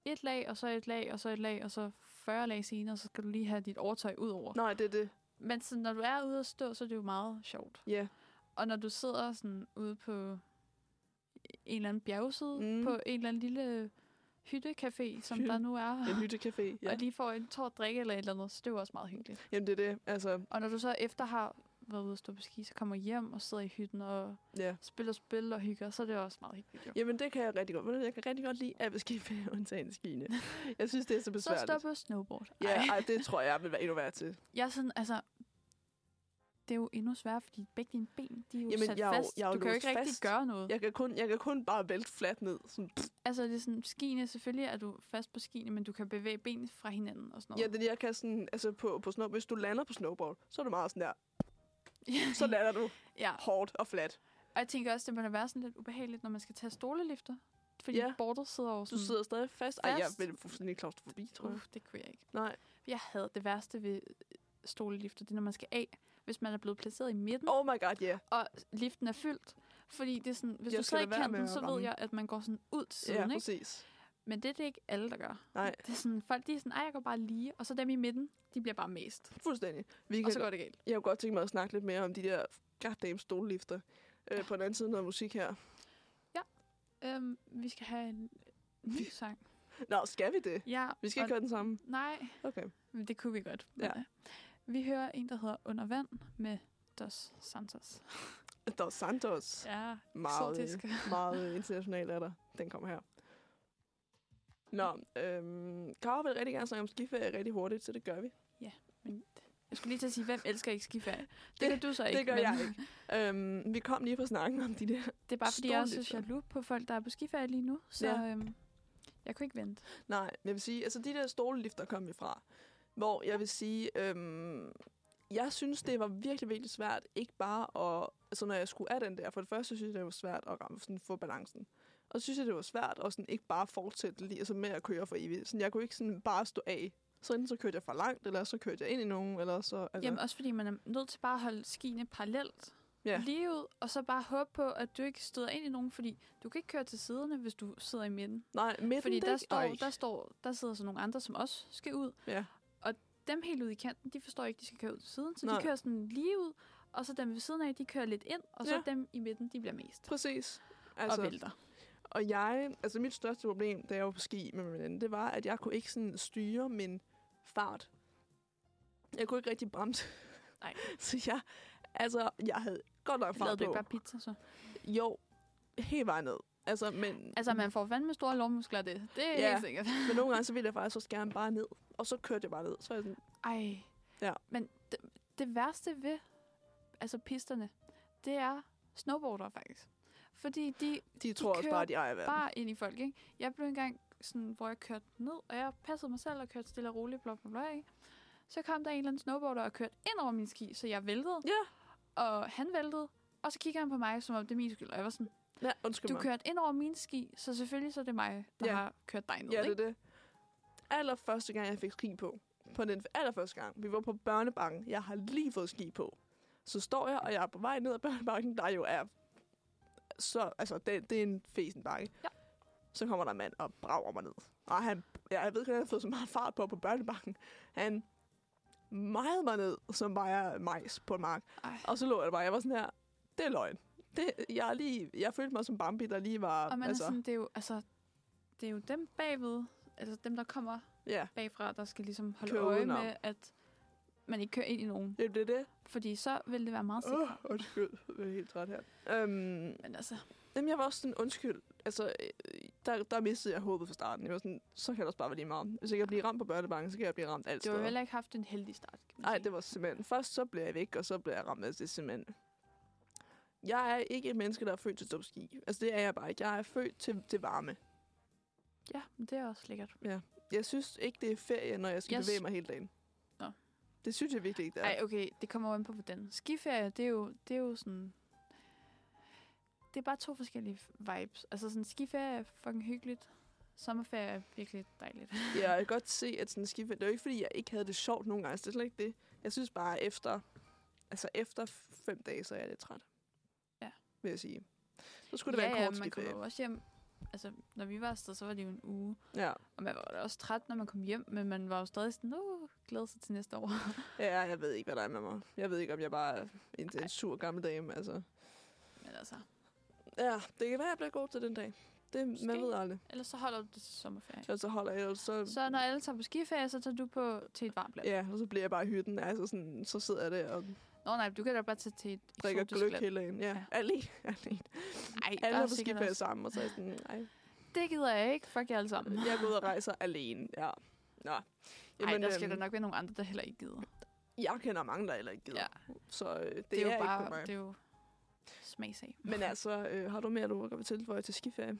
et lag, og så et lag, og så et lag, og så 40 lag senere, så skal du lige have dit overtøj ud over. Nej, det er det. Men sådan, når du er ude at stå, så er det jo meget sjovt. Ja. Yeah. Og når du sidder sådan ude på en eller anden bjergside, Mm. mm. på en eller anden lille hyttecafé, som Hytte. der nu er, En hyttecafé, *laughs* ja. og lige får en tår drikke eller et eller andet, så det er jo også meget hyggeligt. Jamen, det er det. Altså, Og når du så efter har været ude at stå på ski, så kommer hjem og sidder i hytten og ja. spiller spil og hygger, så er det også meget hyggeligt. Jo. Jamen, det kan jeg rigtig godt. Ved du, Jeg kan rigtig godt lide at beskive undtagen *laughs* skiene. Jeg synes, det er så Så besværligt. stop på snowboard. Ja, Ej. ej, det tror jeg vil være endnu værre til. Jeg er sådan, altså, det er jo endnu sværere, fordi begge dine ben, de er jo Jamen, sat jeg er jo- fast. jeg er jo du kan jo låst ikke rigtig fast. gøre noget. Jeg kan kun, jeg kan kun bare vælte fladt ned. Sådan, pff. Altså, det er sådan, skiene, selvfølgelig er du fast på skiene, men du kan bevæge benene fra hinanden og sådan ja, noget. det er det, jeg kan sådan, altså på, på snowboard. Hvis du lander på snowboard, så er du meget sådan der. Ja, Så lander *laughs* du *laughs* ja. hårdt og fladt. Og jeg tænker også, det må da være sådan lidt ubehageligt, når man skal tage stolelifter. Fordi Ja. ja. bordet sidder over Du sådan... sidder stadig fast. Ej, jeg Fast. vil fuldstændig klaustrofobi, tror jeg. Uh, det kunne jeg ikke. Nej. Jeg havde det værste ved stolelifter, det er, når man skal af, hvis man er blevet placeret i midten, Oh my god, ja. Yeah. og liften er fyldt. Fordi det er sådan, hvis Jeg du skal sidder i lade være med kanten, at så ved ramme. jeg, at man går sådan ud til Ja, siden, ikke? præcis. Men det er det ikke alle, der gør. Nej. Det er sådan, folk de er sådan, ej, jeg går bare lige, og så dem i midten, de bliver bare mest. Fuldstændig. Vi Og kan, så går det galt. Jeg kunne godt tænke mig at snakke lidt mere om de der goddamn stolelifter. Øh, på den anden side noget musik her. Øhm, vi skal have en ny sang. Nå, skal vi det? Ja, Vi skal ikke og, gøre den samme. Nej, Okay. men det kunne vi godt. men, Ja. øh, Vi hører en, der hedder Under Vand med Dos Santos. Dos Santos. Ja, Meget, eksotisk. meget international er der. Den kommer her. Nå, øhm, Kara vil rigtig gerne snakke om skiferie rigtig hurtigt, så det gør vi. Men jeg skulle lige til at sige, hvem elsker ikke skiferie? Det, det kan du så ikke. det gør men jeg ikke. Øhm, vi kom lige på snakken om de der. Det er bare, fordi jeg også er Storlifter. jaloux på folk, der er på skiferie lige nu. Så Ja. ja. øhm, jeg kunne ikke vente. Nej, men jeg vil sige, altså de der stolelifter kom vi fra. Hvor jeg vil sige, øhm, jeg synes, det var virkelig, virkelig svært, ikke bare at, altså når jeg skulle af den der, for det første synes jeg, det var svært at ramme, sådan, få balancen. Og så synes jeg, det var svært at sådan, ikke bare fortsætte lige, altså med at køre for evigt. Sådan, jeg kunne ikke sådan bare stå af. Så enten så kørte jeg for langt, eller så kørte jeg ind i nogen, eller så... Altså, Jamen også fordi man er nødt til bare at holde skiene parallelt. Ja. Lige ud, og så bare håbe på, at du ikke støder ind i nogen, fordi du kan ikke køre til siderne, hvis du sidder i midten. nej, midten, fordi det der ikke- står, Ej. der står, der sidder så nogle andre, som også skal ud. Ja. Og dem helt ude i kanten, de forstår ikke, de skal køre ud til siden, så Nej. de kører sådan lige ud, og så dem ved siden af, de kører lidt ind, og så Ja. dem i midten, de bliver mest. Præcis. Altså, og vælter. Og jeg, altså mit største problem, da jeg var på ski med min veninde, det var, at jeg kunne ikke sådan styre min fart. Jeg kunne ikke rigtig bremse. Nej. *laughs* så jeg, altså, jeg havde godt nok Lavede fart du ikke på. bare pizza, så? Jo, helt vejen ned. Altså, men, Altså, man får fandme store lommuskler, det. Det er Ja. ja. helt sikkert. men nogle gange, så ville jeg faktisk også gerne bare ned. Og så kørte jeg bare ned. Så var jeg sådan, Ej. Ja. Men det, det værste ved altså pisterne, det er snowboardere faktisk. Fordi de de tror også kører bare, de ejer verden. bare ind i folk, ikke? Jeg blev engang sådan, hvor jeg kørte ned, og jeg passede mig selv og kørte stille og roligt, bla bla bla, ikke? Så kom der en eller anden snowboarder og kørte ind over min ski, så jeg væltede, Ja, og han væltede, og så kigger han på mig, som om det er min skyld, og jeg var sådan, ja undskyld du mig. kørte ind over min ski, så selvfølgelig så er det mig, der Ja. har kørt dig ned, Ja, ikke? det er det. Allerførste gang, jeg fik ski på, på den allerførste gang, vi var på børnebanken, jeg har lige fået ski på, så står jeg, og jeg er på vej ned ad børnebanken, der jo er, så, altså, det, det er en fesen bakke. Ja. Så kommer der en mand og brager mig ned. Og han, ja, jeg ved ikke, om han har fået så meget fart på på børnebanken. Han mejede mig ned, som bare er majs på en mark. Ej. Og så lå jeg der bare, jeg var sådan her, det er løgn. Det, jeg, er lige, jeg følte mig som Bambi, der lige var... Og man altså. er sådan, det er jo, altså, det er jo dem bagved, altså dem, der kommer ja, bagfra, der skal ligesom holde Køre øje udenom. med, at man ikke kører ind i nogen. det blev det. Fordi så vil det være meget sikkert. Åh, Uh. oh, undskyld. Jeg er helt træt her. Øhm, Men altså, jamen, jeg var også sådan, undskyld. Altså, øh, der, der mistede jeg håbet fra starten. Jeg var sådan, så kan det også bare være lige meget. Hvis jeg kan blive ramt på børnebanken, så kan jeg blive ramt alt du har jo steder. heller ikke haft en heldig start. kan man Nej, sige. det var simpelthen. Først så blev jeg væk, og så blev jeg ramt af det simpelthen. Jeg er ikke et menneske, der er født til at stå på ski. Altså, det er jeg bare ikke. Jeg er født til, til varme. Ja, men det er også lækkert. Jeg synes ikke, det er ferie, når jeg skal Jeg bevæge s- mig hele dagen. Nå. Det synes jeg virkelig ikke, det er. Nej, ja. okay, det kommer jo an på, hvordan. Skiferie, det er jo, det er jo sådan... Det er bare to forskellige vibes. Altså sådan, skiferie er fucking hyggeligt. Sommerferie er virkelig dejligt. Ja, jeg kan godt se, at sådan skiferie... Det er jo ikke, fordi jeg ikke havde det sjovt nogle gange. så Det er slet ikke det. Jeg synes bare, efter, altså efter fem dage, så er jeg lidt træt. Ja. Vil jeg sige. Så skulle det være en kort *laughs* ja, man kommer skiferie. jo også hjem. Altså, når vi var afsted, så var det jo en uge. Ja. Og man var da også træt, når man kom hjem, men man var jo stadig sådan, uh, glæder sig til næste år. *laughs* ja, jeg ved ikke, hvad der er med mig. Jeg ved ikke, om jeg bare er en, en sur gammel dame. Altså. Men altså, Ja, det kan være, jeg bliver god til den dag. Det, man Måske. ved aldrig. ellers så holder du det til sommerferie. Ellers så holder jeg, ellers så... Så når alle tager på skiferie, så tager du på til et varmt land. Ja, og så bliver jeg bare i hytten. Altså sådan, så sidder jeg der og Nå nej, du kan da bare tage til et drikker eksotisk gløk land. hele dagen. Ja, Ja. alene. alene. Ej, der Alle er er på sikkert skiferie også- sammen, og så er jeg sådan, nej, Det gider jeg ikke. Fuck jer alle sammen. Ej, Jeg går ud og rejser alene, ja. Nå. der skal der øhm, nok være nogle andre, der heller ikke gider. Jeg kender mange, der heller ikke gider. Ja. Ja. Så øh, det, Det, er jo bare, ikke for bare, mig. det er jo smagsag. Men altså, øh, har du mere, du kan tilføje til skiferie?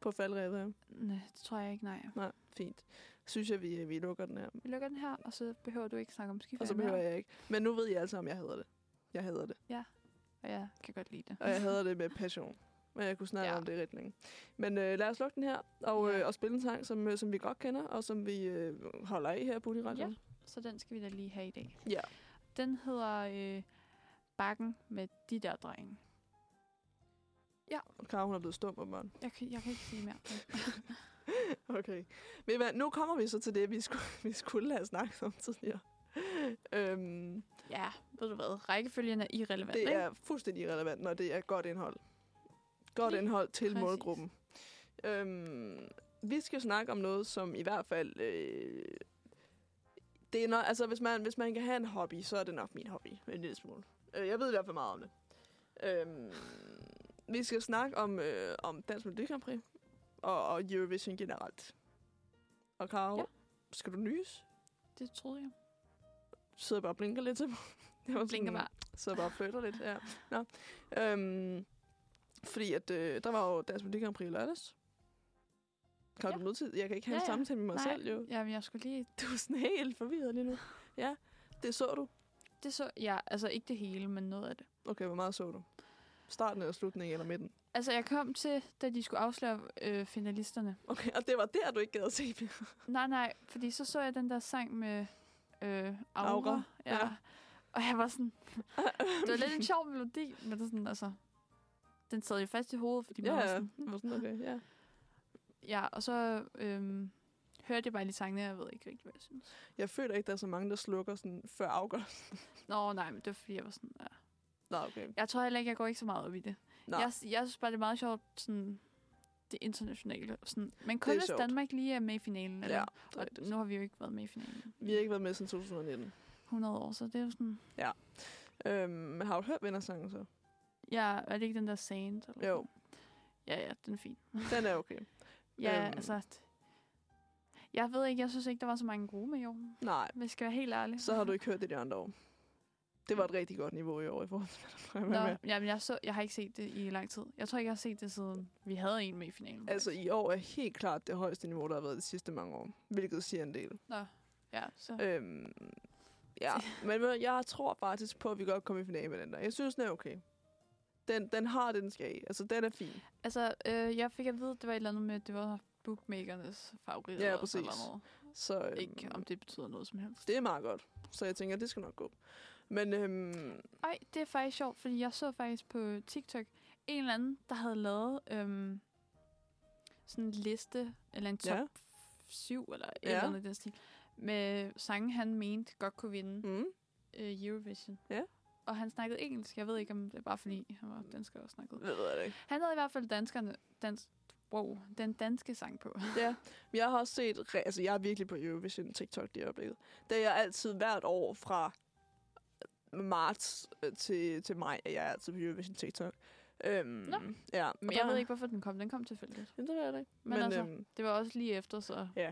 På faldrevet her? Nej, det tror jeg ikke, nej. Nej, fint. Synes jeg, vi, vi lukker den her. Vi lukker den her, og så behøver du ikke snakke om skiferie Og så mere. behøver jeg ikke. Men nu ved jeg altså, om jeg hader det. Jeg hader det. Og jeg kan godt lide det. Og jeg hader det med passion. Men jeg kunne snakke ja. Ja. om det rigtig længe. Men øh, lad os lukke den her, og, Ja. øh, og spille en sang, som, øh, som vi godt kender, og som vi øh, holder af her på Uniradio. Ja. så den skal vi da lige have i dag. Ja. Den hedder øh, Bakken med de der drenge. Og Kara, hun er blevet stum, åbenbart. Jeg kan, jeg kan ikke sige mere. *laughs* Okay. Men hvad, nu kommer vi så til det, vi skulle, *laughs* vi skulle have snakket om tidligere. øhm, ja, ved du hvad? Rækkefølgen er irrelevant, det ikke? er fuldstændig irrelevant, når det er godt indhold. Godt Lige indhold til præcis. målgruppen. Øhm, vi skal snakke om noget, som i hvert fald... Øh, det er nok, altså, hvis man, hvis man kan have en hobby, så er det nok min hobby. En lille smule. Øh, jeg ved i hvert fald meget om det. Øhm, vi skal snakke om, øh, om Dansk Melodi Grand Prix og, og Eurovision generelt. Og Karo, Ja. ja. skal du nys? Det troede jeg. Du sidder bare og blinker lidt til mig. *laughs* Jeg var sådan- Blinker bare. så bare flytter lidt, ja. Nå. Øhm, fordi at, øh, der var jo Dansk Melodi Grand Prix i lørdags. Kom Ja. ja. du med til? Jeg kan ikke have ja, Ja, en ja. samtale med mig selv, jo. Jamen, jeg skulle lige... Du er sådan helt forvirret lige nu. Ja, det så du. Det så... Ja, altså ikke det hele, men noget af det. Okay, hvor meget så du? Starten eller slutningen eller midten? Altså, jeg kom til, da de skulle afsløre øh, finalisterne. Okay, og det var der, du ikke gad at se det. Nej, nej, fordi så så jeg den der sang med øh, Aura. Aura, Ja. ja. ja. Og jeg var sådan... det var lidt en sjov melodi, men det er sådan, altså... Den sad jo fast i hovedet, fordi man Ja, var ja. sådan... Var sådan, okay, ja. Ja, og så øh, hørte jeg bare lige sangene, og jeg ved ikke rigtig, hvad jeg synes. Jeg føler ikke, der er så mange, der slukker sådan før afgørelsen. Nå, nej, men det var fordi, jeg var sådan... Ja. Nå, okay. Jeg tror heller ikke, jeg går ikke så meget op i det. Nå. Jeg, jeg synes bare, det er meget sjovt, sådan, det internationale. Sådan, men Det kun er hvis sjovt. Danmark lige er med i finalen. Eller, Ja, og nu har vi jo ikke været med i finalen. vi har ikke været med siden 2019. 100 år, så det er jo sådan... Øhm, men har du hørt vindersangen så? Ja, er det ikke den der Sand? Eller Jo. sådan? Ja, ja, den er fin. Den er okay. Ja, Øhm. altså... t- Jeg ved ikke, jeg synes ikke, der var så mange gode med i år. Nej, Hvis jeg skal være helt ærlig. så har du ikke hørt det de andre år. Det var et rigtig godt niveau i år i forhold til, hvad der plejer at være med. Nå, jamen, jeg, så, jeg har ikke set det i lang tid. Jeg tror ikke, jeg har set det siden vi havde en med i finalen. Altså i år er helt klart det højeste niveau, der har været de sidste mange år, hvilket siger en del. Ja, så. Øhm, ja, men ved du, jeg tror faktisk på, at vi godt kommer i finale med den der. Jeg synes, den er okay. Den, den har det, den skal i. Altså, den er fin. Altså, øh, jeg fik at vide, at det var et eller andet med, at det var bookmakernes favorit. Ja, eller præcis. sådan noget. Så øhm, Ikke om det betyder noget som helst. det er meget godt. Så jeg tænker, det skal nok gå. Men øhm, Ej, det er faktisk sjovt, fordi jeg så faktisk på TikTok en eller anden, der havde lavet øhm, sådan en liste, eller en top Ja. 7, eller et Ja. eller andet i den stil, med sange, han mente godt kunne vinde mm, øh, Eurovision. Ja. Og han snakkede engelsk. Jeg ved ikke, om det er bare fordi, han var dansker og snakkede. det ved jeg det ikke. Han havde i hvert fald danskerne, dans, wow, den danske sang på. Ja, men jeg har også set, re- altså jeg er virkelig på Eurovision TikTok lige i øjeblikket. Det er jeg altid hvert år fra marts øh, til, til maj, at jeg er altid på Eurovision TikTok. Øhm, Nå. Ja, Men jeg ved ikke, hvorfor den kom. Den kom tilfældigt. Jamen, det ved jeg da ikke. Men Men, men, altså- altså, øhm, Det var også lige efter, så... men der er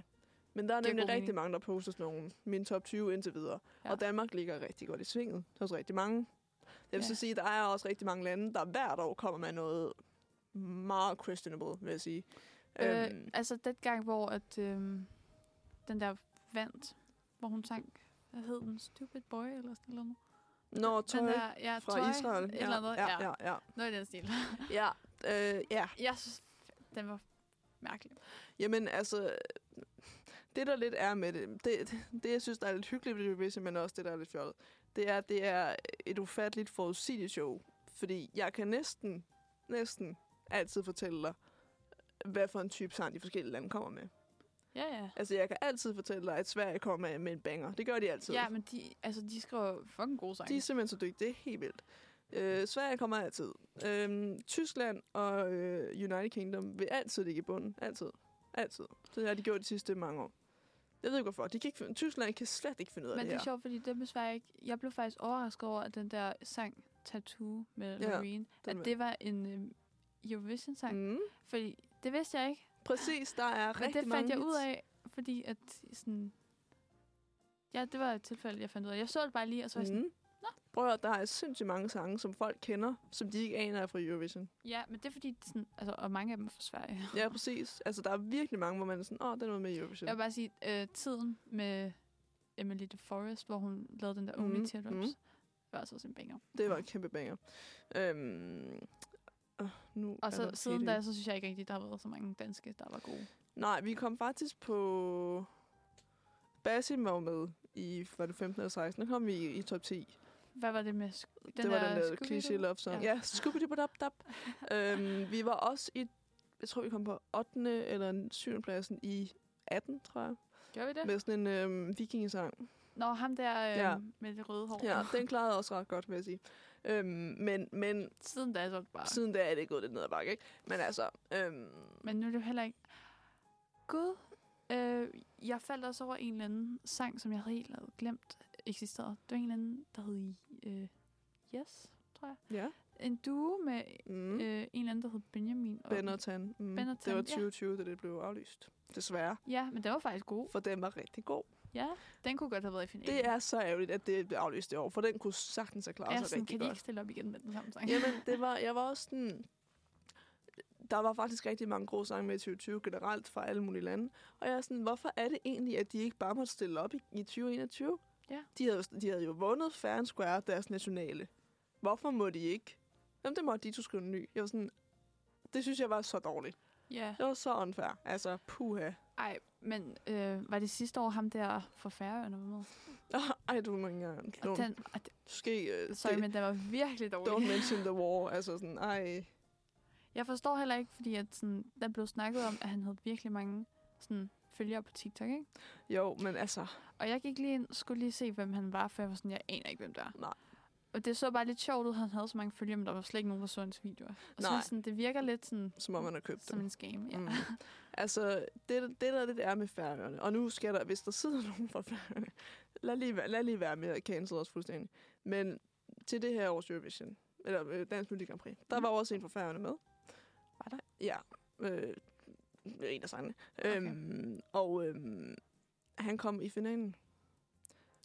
Det er nemlig god rigtig mening. mange, der poster sådan nogle, min top 20 indtil videre. Ja. Ja. Og Danmark ligger rigtig godt i svinget hos rigtig mange. Jeg vil Ja. så sige, der er også rigtig mange lande, der hvert år kommer med noget meget questionable, vil jeg sige. Øh, Øhm, altså, den gang, hvor at, øh, den der vandt, hvor hun sang, hvad hed den? Stupid Boy, eller sådan noget. når tøj Den der, ja, fra tøj, Israel. Et eller andet, ja. ja, ja, ja. Noget i den stil. *laughs* Ja, øh, ja. Jeg synes, den var mærkelig. Jamen altså, det der lidt er med det, det, det jeg synes, der er lidt hyggeligt ved Eurovision, men også det, der er lidt fjollet, det er, at det er et ufatteligt forudsigeligt show. Fordi jeg kan næsten, næsten altid fortælle dig, hvad for en type sang de forskellige lande kommer med. Ja, ja. Altså, jeg kan altid fortælle dig, at Sverige kommer med- med en banger. Det gør de altid. Ja, men de, altså, de skriver fucking gode sange. De er simpelthen så dygtige. Det er helt vildt. Øh, Sverige kommer altid. Øhm, Tyskland og øh, United Kingdom vil altid ligge i bunden. Altid. Altid. Det har de gjort de sidste mange år. Jeg ved ikke hvorfor. De kan ikke, finde- Tyskland kan slet ikke finde ud af men det det her. er sjovt, fordi det besvær ikke... Jeg blev faktisk overrasket over, at den der sang Tattoo med Ja, Loreen, at var- det var en øh, Eurovision-sang. Mm. Mm, Fordi det vidste jeg ikke. præcis, der er Men rigtig det fandt mange jeg ud hits. af, fordi at sådan... Ja, det var et tilfælde, jeg fandt ud af. Jeg så det bare lige, og så var jeg sådan, Mm. Prøv at høre, der er sindssygt mange sange, som folk kender, som de ikke aner er fra Eurovision. ja, men det er fordi, det er sådan, altså, og mange af dem er fra Sverige. Ja, præcis. Altså, der er virkelig mange, hvor man er sådan, åh, den var med i Eurovision. Jeg vil bare sige, øh, tiden med Emily de Forest, hvor hun lavede den der Only Mhm, Teardrops, mhm. var altså også en banger. Det var en kæmpe banger. Øhm, øh, nu er Og så der siden helt da, så synes jeg ikke rigtigt, der har været så mange danske, der var gode. Nej, vi kom faktisk på... Basim var jo med i, var det 15 eller 16, der kom vi i, i top 10. Hvad var det med sk- den Den det var den der Scooby-Doo? cliché love song. Ja, ja scooby dap dap øhm, Vi var også i, jeg tror vi kom på 8. eller 7. pladsen i 18, tror jeg. Gjorde vi det? Med sådan en øhm, vikingesang. Nå, ham der øh, Ja. ja. med det røde hår. Ja, den klarede også ret godt, vil jeg sige. Øhm, men, men Siden da, så er det bare... siden da er det gået lidt ned ad bakke, ikke? Men altså, øhm, Men nu er det jo heller ikke... Gud, øh, jeg faldt også over en eller anden sang, som jeg havde helt havde glemt eksisterede. Det var en eller anden, der hed øh, Yes, tror jeg. ja. En duo med Mm. øh, en eller anden, der hed Benjamin. og- Benetton. Mm. Benetton, det var ja. 2020, da det blev aflyst. Desværre. Ja, men den var faktisk god. For den var rigtig god. Ja, den kunne godt have været i finalen. Det er så ærgerligt, at det blev aflyst i år, for den kunne sagtens have klaret ja, sig sådan, rigtig kan de ikke godt. stille op igen med den samme sang. Jamen, det var, jeg var også sådan... Der var faktisk rigtig mange gode sange med i 2020 generelt fra alle mulige lande. Og jeg er sådan, hvorfor er det egentlig, at de ikke bare måtte stille op i, i 2021? Ja. De havde, de havde jo vundet Fair and Square, deres nationale. Hvorfor må de ikke? Jamen, det måtte de, du skrive en ny. Jeg var sådan, det synes jeg var så dårligt. *laughs* ja. Det var så unfair. Altså, puha. *laughs* Ej, men øh, var det sidste år ham der fra Færøerne var med? Ej, du må ikke engang. Og Don't- den, og den, Ske, øh, sorry, det- men den var virkelig dårlig. Don't mention the war. Altså sådan, ej. Jeg forstår heller ikke, fordi at sådan, der blev snakket om, at han havde virkelig mange sådan, følgere på TikTok, ikke? Jo, men altså, Og jeg gik lige ind skulle lige se, hvem han var, for jeg var sådan, jeg aner ikke, hvem der er. Nej. Og det så bare lidt sjovt ud, at han havde så mange følgere, men der var slet ikke nogen, der så hans videoer. Og Nej. så sådan, det virker lidt sådan, som om man har købt som dem. en scam. Ja. Mm. Altså, det, det der lidt er med færgerne, og nu skal der, hvis der sidder *laughs* nogen fra færgerne, lad lige, være- lad lige være med at cancel os fuldstændig. Men til det her års Eurovision, eller øh, Dansk Melodi Grand Prix, der Mm. var også en fra færgerne med. Var der? Ja. Øh, en af sangene. Okay. Okay. Øhm, og øhm, han kom i finalen.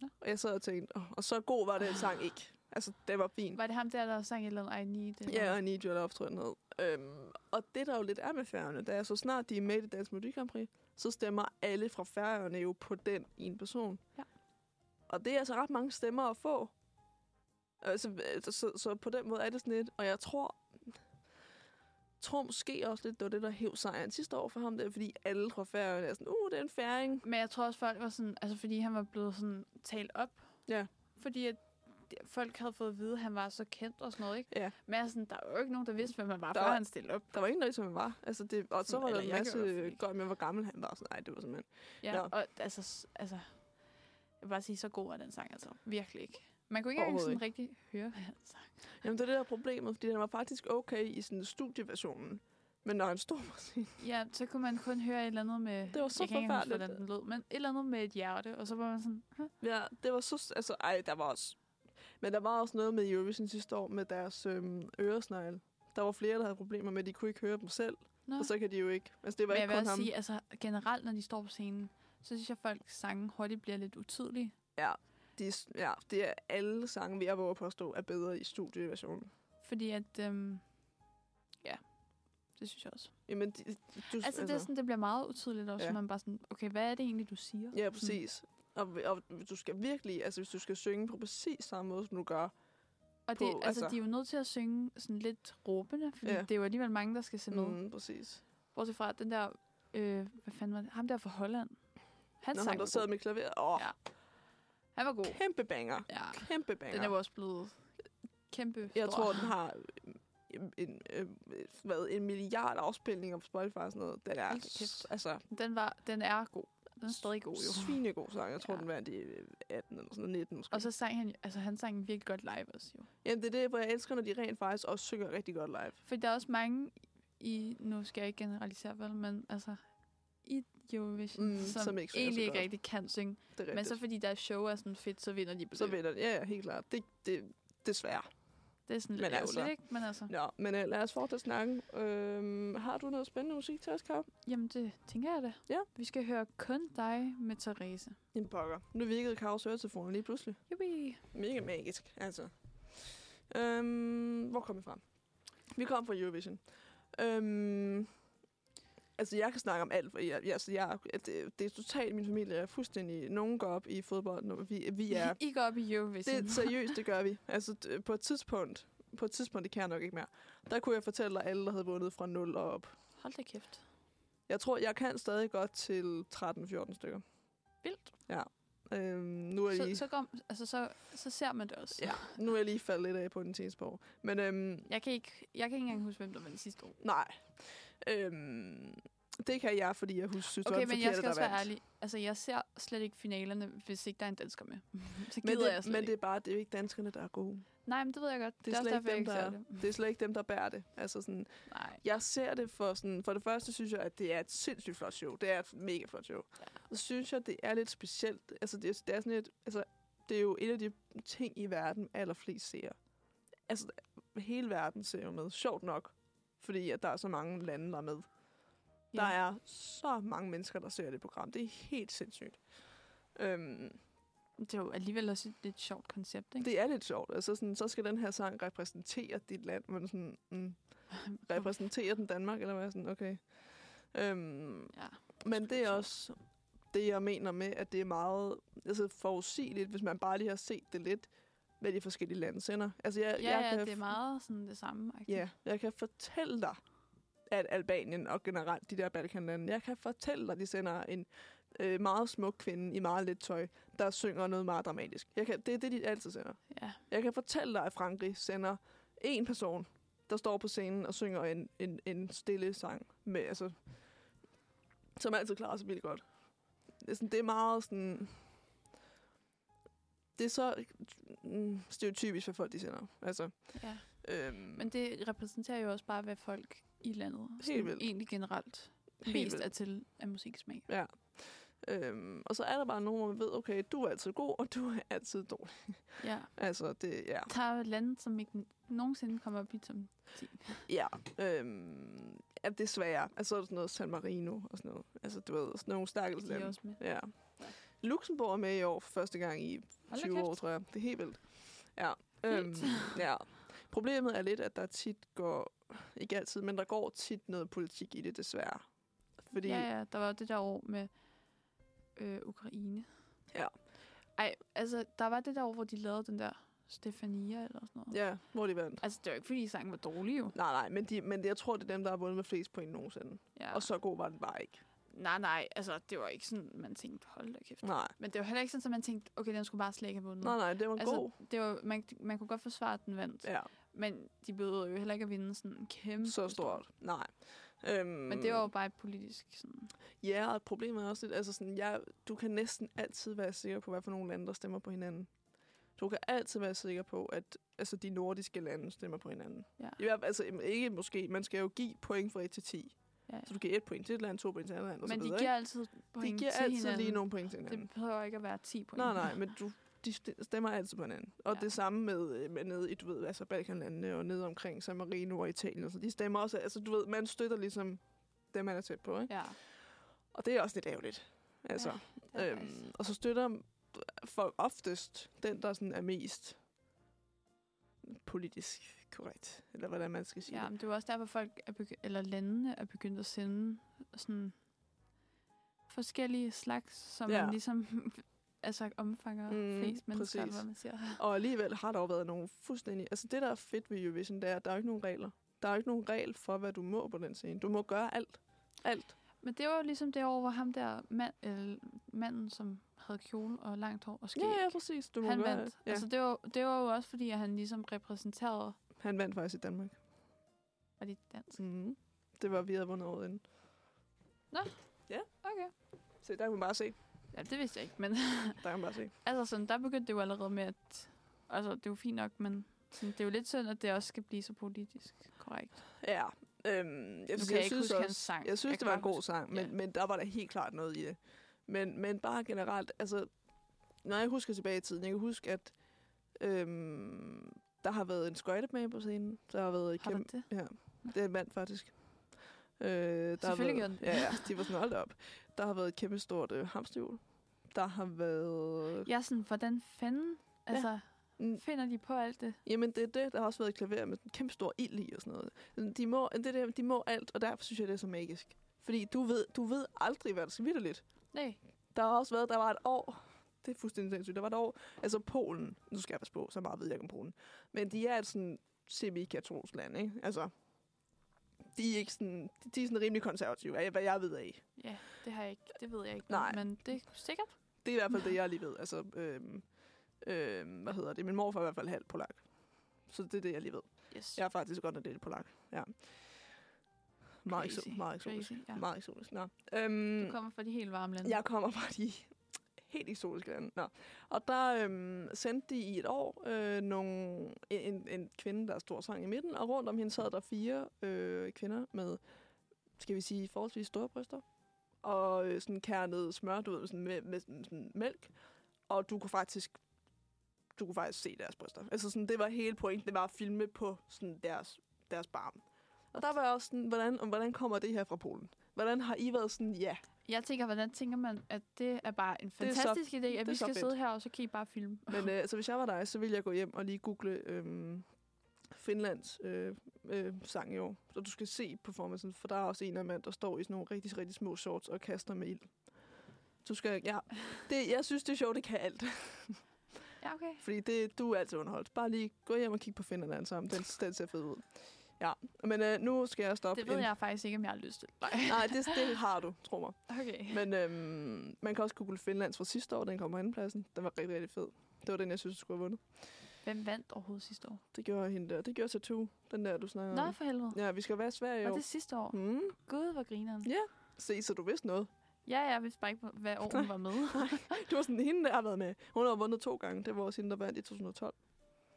Nå. Og jeg sad og tænkte, oh, og så god var den sang ikke. Altså, den var fin. Var det ham der, der sang et eller andet, I need it? Ja, og Need Your Love, tror jeg, den hed. Øhm, og det, der jo lidt er med færgerne, det er, så snart de er med i det danske Melodi Grand Prix, så stemmer alle fra færgerne jo på den ene person. Ja. Og det er altså ret mange stemmer at få. Altså, øh, så, så på den måde er det sådan lidt, og jeg tror, tror måske også lidt, det var det, der hæv sejren sidste år for ham, det er, fordi alle fra færgerne er sådan, uh, det er en færing. Men jeg tror også, folk var sådan, altså fordi han var blevet sådan talt op. Ja. Fordi at det- folk havde fået at vide, at han var så kendt og sådan noget, ikke? Ja. Men jeg er sådan, der er jo ikke nogen, der vidste, hvem han var, Der- før han stillede op. Der var ingen, der vidste, hvem han var. Altså, det, og så Sådan, var der eller en jeg gjorde i hvert fald masse ikke. gøj med, hvor gammel han var. Så, nej, det var simpelthen Ja, Nå. og altså, s- altså, jeg vil bare sige, så god er den sang, altså. Virkelig ikke. Man kunne ikke engang sådan rigtig høre, hvad *laughs* han sang. Jamen, det er det, der er problemet, fordi den var faktisk okay i sådan studieversionen. Men når han stod på scenen, Ja, så kunne man kun høre et eller andet med... Det var så jeg kan ikke engang huske, forfærdeligt. hvordan den lød, men et eller andet med et hjerte, og så var man sådan... "Huh?" ja, det var så... Altså, ej, der var også... Men der var også noget med Eurovision sidste år med deres øhm, øresnegle. Der var flere, der havde problemer med, at de kunne ikke høre dem selv. Nå. Og så kan de jo ikke... Altså, det var Men jeg ikke kun vil også ham. sige, altså generelt, når de står på scenen, så synes jeg, at folks sange hurtigt bliver lidt utydelige. De, ja, det er alle sange, vi jeg våger på at stå, er bedre i studieversionen. Fordi at... Øhm, ja, det synes jeg også. Jamen, de, du, Altså, det, er sådan, det bliver meget utydeligt også, Ja. ja. man bare sådan, okay, hvad er det egentlig, du siger? Ja, præcis. Og, og du skal virkelig, altså hvis du skal synge på præcis samme måde, som du gør, Og på, det, altså, altså- de er jo nødt til at synge sådan lidt råbende, fordi Ja. ja. det er jo alligevel mange, der skal se med. Mm. mm, præcis. Bortset fra at den der, øh, hvad fanden var det? Ham der fra Holland. Han Når sang han der var sad god. med klaveret, åh, Ja. Han var god. kæmpe banger. Ja. Kæmpe banger. Den er jo også blevet kæmpe jeg stor. tror, den har en, en, øh, hvad, en milliard afspilninger på Spotify og sådan noget. Den er Hold da kæft. altså, den, var, den er god. Den er stadig god, jo. svinegod sang. Jeg tror, Ja. den vandt i øh, 18 eller sådan noget, 19 måske. Og så sang han, altså han sang virkelig godt live også, jo. Jamen, det er det, hvor jeg elsker, når de rent faktisk også synger rigtig godt live. For der er også mange i, nu skal jeg ikke generalisere, vel, men altså i Eurovision, Mm, mm, som, som som ikke ikke synger så egentlig ikke godt. rigtig kan synge. Det er rigtigt. Men så fordi deres show er sådan fedt, så vinder de på så det. vinder den. Ja, ja, helt klart. Det, det, desværre. Det er sådan Men lidt altså- ærgerligt, ikke? Men altså, Nå, men øh, lad os fortsætte snakken. Øhm, har du noget spændende musik til os, Kav? Jamen, det tænker jeg da. Ja. Vi skal høre Kun dig med Therese. En pokker. Nu virkede Kavs høretelefoner lige pludselig. Jubi. Mega magisk, altså. Øhm, hvor kom vi fra? Vi kom fra Eurovision. Øhm, altså, jeg kan snakke om alt, for jeg, jeg, altså, jeg, at det, det er totalt min familie. Jeg er fuldstændig... Nogen går op i fodbold, når vi, vi er... *laughs* I går op i Eurovision. Det, seriøst, det gør vi. Altså, d- på et tidspunkt, på et tidspunkt, det kan jeg nok ikke mere, der kunne jeg fortælle dig alle, der havde vundet fra 0 og op. Hold da kæft. Jeg tror, jeg kan stadig godt til 13-14 stykker. Vildt. Øhm, nu, er jeg lige, Så, så, går, altså, så, så ser man det også. Ja. nu er jeg lige faldet lidt af på den seneste par år. Men øhm, Jeg kan ikke, jeg kan ikke engang huske, hvem der vandt sidste år. nej. Øhm, det kan jeg, fordi jeg husker, synes, det var Okay, den men jeg forkerte, skal der også være vandt. ærlig. Altså, jeg ser slet ikke finalerne, hvis ikke der er en dansker med. *laughs* så gider Men det, jeg slet men ikke. det er bare, det er jo ikke danskerne, der er gode. Nej, men det ved jeg godt. Det er, også slet ikke derfor, jeg dem, ikke der, er, ser det. det er slet ikke dem, der bærer det. Altså sådan, Nej. jeg ser det for sådan, for det første synes jeg, at det er et sindssygt flot show. Det er et mega flot show. Ja. Ja. Og så synes jeg, det er lidt specielt. Altså, det, er- det er sådan et, altså, det er jo en af de ting i verden, allerflest ser. Altså, hele verden ser jo med. Sjovt nok. Fordi at der er så mange lande, der er med. Der Ja. er så mange mennesker, der ser det program. Det er helt sindssygt. Øhm, Det er jo alligevel også et lidt sjovt koncept, ikke? det er lidt sjovt. Altså, sådan, så skal den her sang repræsentere dit land. Men sådan, mm, repræsenterer den Danmark, eller hvad? Sådan, okay. Øhm, Ja. men det er sjovt. også det, jeg mener med, at det er meget altså, forudsigeligt, hvis man bare lige har set det lidt, hvad de forskellige lande sender. Altså, jeg, Ja, jeg ja, kan det er meget sådan det samme. agtigt. Ja, jeg kan fortælle dig, at Albanien og generelt de der Balkanlande, jeg kan fortælle dig, at de sender en øh, meget smuk kvinde i meget lidt tøj, der synger noget meget dramatisk. Jeg kan, det er det, de altid sender. ja. Jeg kan fortælle dig, at Frankrig sender en person, der står på scenen og synger en, en, en stille sang, med, altså, som altid klarer sig vildt godt. Det er, sådan, det er meget sådan... Det er så mm, stereotypisk, hvad folk de sender. Altså, ja. øhm, Men det repræsenterer jo også bare, hvad folk i landet Helt sådan vildt. egentlig generelt helt mest vildt. er til af musiksmag. Øhm, og så er der bare nogen, hvor man ved, okay, du er altid god, og du er altid dårlig. Ja. Altså, det, ja. Der er jo lande, som ikke n- nogensinde kommer op i som 10. Ja, øhm, ja, desværre. Altså, så er der sådan noget San Marino og sådan noget. Altså, du ved, sådan nogle stakkels De er lande. også med. Ja. Luxembourg er med i år for første gang i Hold da 20 år, kæft. tror jeg. Det er helt vildt. Ja. Vildt. Øhm, ja. Problemet er lidt, at der tit går, ikke altid, men der går tit noget politik i det, desværre. Fordi ja, ja. Ja, ja, der var jo det der år med øh, Ukraine. Ja. Ej, altså, der var det der år, hvor de lavede den der Stefania eller sådan noget. ja hvor de vandt. Altså, det var ikke, fordi sangen var dårlig jo. Nej, nej, men, de, men jeg tror, det er dem, der har vundet med flest point nogensinde. Ja. Ja. Og så god var den bare ikke. Nej, nej, altså, det var ikke sådan, man tænkte, hold da kæft. Nej, Men det var heller ikke sådan, at man tænkte, okay, den skulle bare slet ikke have vundet. nej, nej, det var en altså, god. Det var, man, man kunne godt forsvare, at den vandt. Ja, Men de behøvede jo heller ikke at vinde sådan en kæmpe så stort. Nej. Øhm, mm, Men det var jo bare et politisk sådan... Ja, og problemet er også lidt, altså sådan, jeg, du kan næsten altid være sikker på, hvad for nogle lande, der stemmer på hinanden. Du kan altid være sikker på, at altså, de nordiske lande stemmer på hinanden. Ja. I hvert fald, altså im- ikke måske, man skal jo give point fra 1 til 10. Ja, ja. Så du giver et point til et land, to point til et andet land, og Men så de videre, giver altid ikke? point de giver til altid hinanden. lige nogle point til hinanden. Det behøver ikke at være 10 point. Nej, nej, men du, de st- stemmer altid på hinanden. Og Ja. ja. det samme med, øh, med nede i, du ved, altså Balkanlandene og nede omkring San Marino og Italien. Og så de stemmer også, altså du ved, man støtter ligesom dem, man er tæt på, ikke? *laughs* Ja, Og det er også lidt ærgerligt. Altså, det er øhm, Øhm, og så støtter folk oftest den, der sådan er mest politisk korrekt, eller hvordan man skal sige ja, ja. men det er jo også derfor, folk er begy- eller landene er begyndt at sende sådan forskellige slags, som ja. Ja. man ligesom *laughs* altså omfanger mm, Mm, flest mennesker, eller præcis. hvad man siger. det. Og alligevel har der jo været nogle fuldstændig... Altså det, der er fedt ved Eurovision, det er, at der er jo ikke nogen regler. Der er jo ikke nogen regel for, hvad du må på den scene. Du må gøre alt. Alt. Men det var jo ligesom det år, hvor ham der mand, eller manden, som havde kjole og langt hår og skæg, Ja, ja, præcis. Du må han gøre vandt. alt. Ja. Altså, det var, det var jo også, fordi at han ligesom repræsenterede, Han vandt faktisk i Danmark. var det dansk? Mm. Det var, vi havde vundet året inden. Okay. Så der kan man bare se. Ja, det vidste jeg ikke, men Der kan man bare se. altså sådan, der begyndte det jo allerede med, at altså, det er jo fint nok, men sådan, det er jo lidt synd, at det også skal blive så politisk korrekt. Ja. Øhm, jeg, Nu jeg, kan jeg ikke synes huske også, hans sang. Jeg synes, Jeg jeg det kan var en bare god sang, men, ja. ja. men der var der helt klart noget i det. Men, men bare generelt, altså, når jeg husker tilbage i tiden, jeg kan huske, at øhm, der har været en skøjtebane på scenen. Der har været et Har der kæmpe... det? Det er en mand, faktisk. Øh, der har Selvfølgelig været, gjorde den Ja, det. ja, de var sådan holdt op. Der har været et kæmpe stort øh, hamsterhjul. Der har været... Jeg er sådan, hvordan fanden altså, ja. Mm. finder de på alt det? Jamen, det er det. Der har også været et klaver med en kæmpe stor ild i og sådan noget. Sådan, De må, det der, de må alt, og derfor synes jeg, det er så magisk. Fordi du ved, du ved aldrig, hvad der skal videre lidt. Nej, Der har også været, der var et år, det er fuldstændig sindssygt, der var et år, altså Polen, nu skal jeg passe på, så meget ved jeg ikke om Polen, men de er et sådan semi-katolsk land, ikke? Altså, de er, ikke sådan, de, de er sådan rimelig konservative, af hvad jeg ved af. ja, det har jeg ikke, det ved jeg ikke. Nej. Men det er sikkert. Det er i hvert fald det, jeg lige ved. Altså, øhm, øhm, hvad hedder det? Min morfar er i hvert fald halv polak. Så det er det, jeg lige ved. Yes. Jeg er faktisk godt nok lidt polak. Ja. Meget, Crazy. exo- meget eksotisk. Crazy, ja. Meget eksotisk. Nå. Øhm, Du kommer fra de helt varme lande. jeg kommer fra de helt eksotiske lande. Nå. Og der øhm, sendte de i et år øh, nogle, en, en kvinde, der stod og sang i midten, og rundt om hende sad der fire øh, kvinder med, skal vi sige, forholdsvis store bryster, og øh, sådan kernet smørt ud sådan med, med sådan, sådan mælk, og du kunne faktisk du kunne faktisk se deres bryster. Altså sådan, det var hele pointen, det var at filme på sådan deres, deres barm. Og der var jeg også sådan, hvordan, hvordan kommer det her fra Polen? Hvordan har I været sådan, ja, Jeg tænker, hvordan tænker man, at det er bare en er så- fantastisk idé, at er så vi skal fedt. sidde her, og så kan I bare filme. Men øh, altså, hvis jeg var dig, så ville jeg gå hjem og lige google øhm, Finlands øh, øh, sang i år. Så du skal se performancen, for der er også en af mand, der står i sådan nogle rigtig, rigtig små shorts og kaster med ild. Du skal, ja, det, jeg synes, det er sjovt, det kan alt. Ja, okay. Fordi det, du er altid underholdt. Bare lige gå hjem og kig på Finland alle sammen. Den, den ser fed ud. Ja, men øh, nu skal jeg stoppe. Det ved ind- jeg faktisk ikke, om jeg har lyst til. Nej. Nej, det, det har du, tro mig. *laughs* Okay. Men øhm, man kan også google Finlands fra sidste år. Den kom på andenpladsen. Den var rigtig, rigtig fed. Det var den, jeg synes, du skulle have vundet. Hvem vandt overhovedet sidste år? Det gjorde hende der. Det gjorde Tattoo, den der, du snakker Nå, om. for helvede. Ja, vi skal være i Sverige i Var år. det sidste år? Hmm. Gud, hvor grineren. Se, så du vidste noget. Ja, jeg vidste bare ikke, *laughs* hvad år hun var med. Du var sådan, hende der har været med. Hun har vundet to gange. Det var også hende, der vandt i 2012.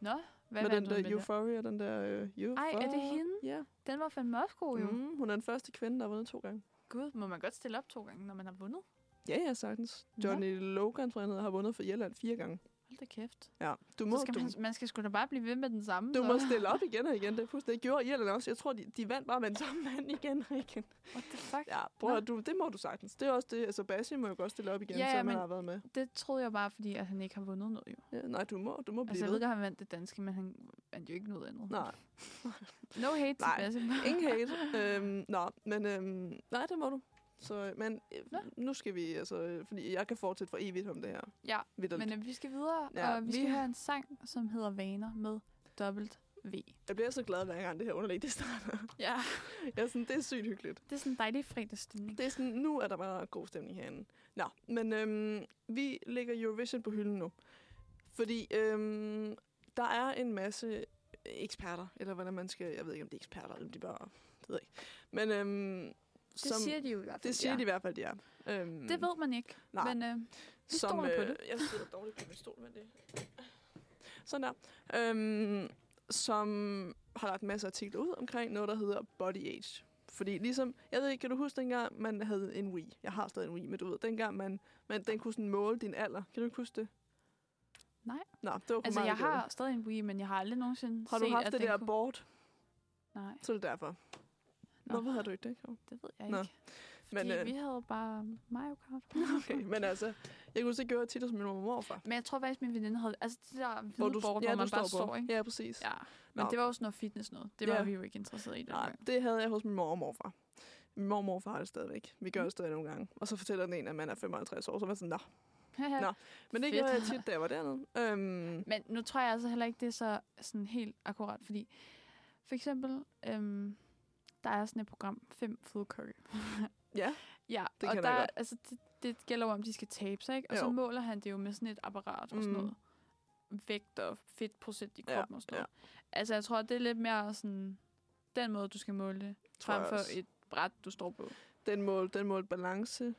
Nå, hvad med vandt den hun med der der? Euphoria, den der øh, Euphoria. Ej, er det hende? Ja. Den var fandme også god, jo. Mm. Mm, hun er den første kvinde, der har vundet to gange. Gud, må man godt stille op to gange, når man har vundet? Ja, ja, sagtens. Nå. Johnny Logan, tror jeg, han hedder, har vundet for Irland fire gange. Hold da kæft. Ja, du Så må, skal du, man, man skal sgu da bare blive ved med den samme. du så. må stille op igen og igen. Det er fuldstændig gjorde Irland også. Jeg tror, de, de vandt bare med den samme mand igen og igen. What the fuck? Ja, prøv, Nå. at- du, det må du sagtens. Det er også det. Altså, Basim må jo godt stille op igen, Ja, ja, selvom men- han har været med. Det troede jeg bare, fordi at han ikke har vundet noget, jo. Ja, Øh, nej, du må, du må blive Altså, jeg ved. ved godt, han vandt det danske, men han vandt jo ikke noget andet. Nej, No hate til Nej. Basim. ingen hate. øhm, nå, men øhm, nej, det må du. Så, øh, men øh, Nå. nu skal vi, altså, øh, fordi jeg kan fortsætte for evigt om det her. *laughs* Ja, Vitterligt. Men Men, øh, vi skal videre, Ja, ja, og vi vi skal skal- høre en sang, som hedder Vaner med dobbelt V. jeg bliver så glad, hver gang det her underlæg, det starter. *laughs* Ja. jeg er sådan, det er sygt hyggeligt. Det er sådan en dejlig fredagsstemning. Det er sådan, nu er der bare god stemning herinde. Nå, men øhm, vi lægger Eurovision på hylden nu. Fordi øhm, der er en masse eksperter, eller hvordan man skal, jeg ved ikke, om det er eksperter, eller om de bare, det ved jeg ikke. Men øhm, det de jo i hvert det siger de i hvert fald, de er. Øhm, Det ved man ikke, nej. men øh, Vi som, øh, stoler på det. Jeg sidder dårligt på min stol med det. Sådan der. Øhm, som har lagt masser af artikler ud omkring noget, der hedder body age. Fordi ligesom, jeg ved ikke, kan du huske dengang, man havde en Wii? Jeg har stadig en Wii, men du ved, dengang man, man den kunne sådan måle din alder. Kan du ikke huske det? Nej. Nå, det var altså meget jeg lidt har stadig en Wii, men jeg har aldrig nogensinde dårligt. Har set, du haft at det den der kunne... abort? Nej, Så er det derfor. Nå. Nå, Hvorfor har du ikke det? Karo? det ved jeg ikke. Nå. Fordi Men, øh, vi havde bare Mario Kart. *laughs* Okay, men altså, jeg kunne se, at jeg gjorde tit hos min mor og morfar. Men jeg tror faktisk, min veninde havde... Altså det der hvide hvor bord, ja, hvor du man bare står på. står, ikke? Ja, præcis. Ja. Men Nå. det var jo sådan noget fitness noget. Det var Ja. vi jo ikke interesseret i. Nej, Nej. det havde jeg hos min mor og morfar. Min mor og morfar har det stadigvæk. Vi Mm. gør det stadig nogle gange. Og så fortæller den en, at man er 55 år, så er man sådan, nå. *laughs* Nå. Men det Fedt. gjorde jeg tit, da jeg var dernede. Øhm, Men nu tror jeg altså heller ikke, det er så sådan helt akkurat, fordi for eksempel, øhm, der er sådan et program, 5 Food Curry. *laughs* ja, Ja, Det og kender der, jeg godt. altså, det, det gælder jo om, de skal tabe sig, ikke? Og jo. så Jo. måler han det jo med sådan et apparat og sådan Mm. noget. Vægt og fedtprocent i Ja, kroppen og sådan noget. Altså, jeg tror, det er lidt mere sådan, den måde, du skal måle det, tror frem jeg for også. et bræt, du står på. Den målte, den målte balance,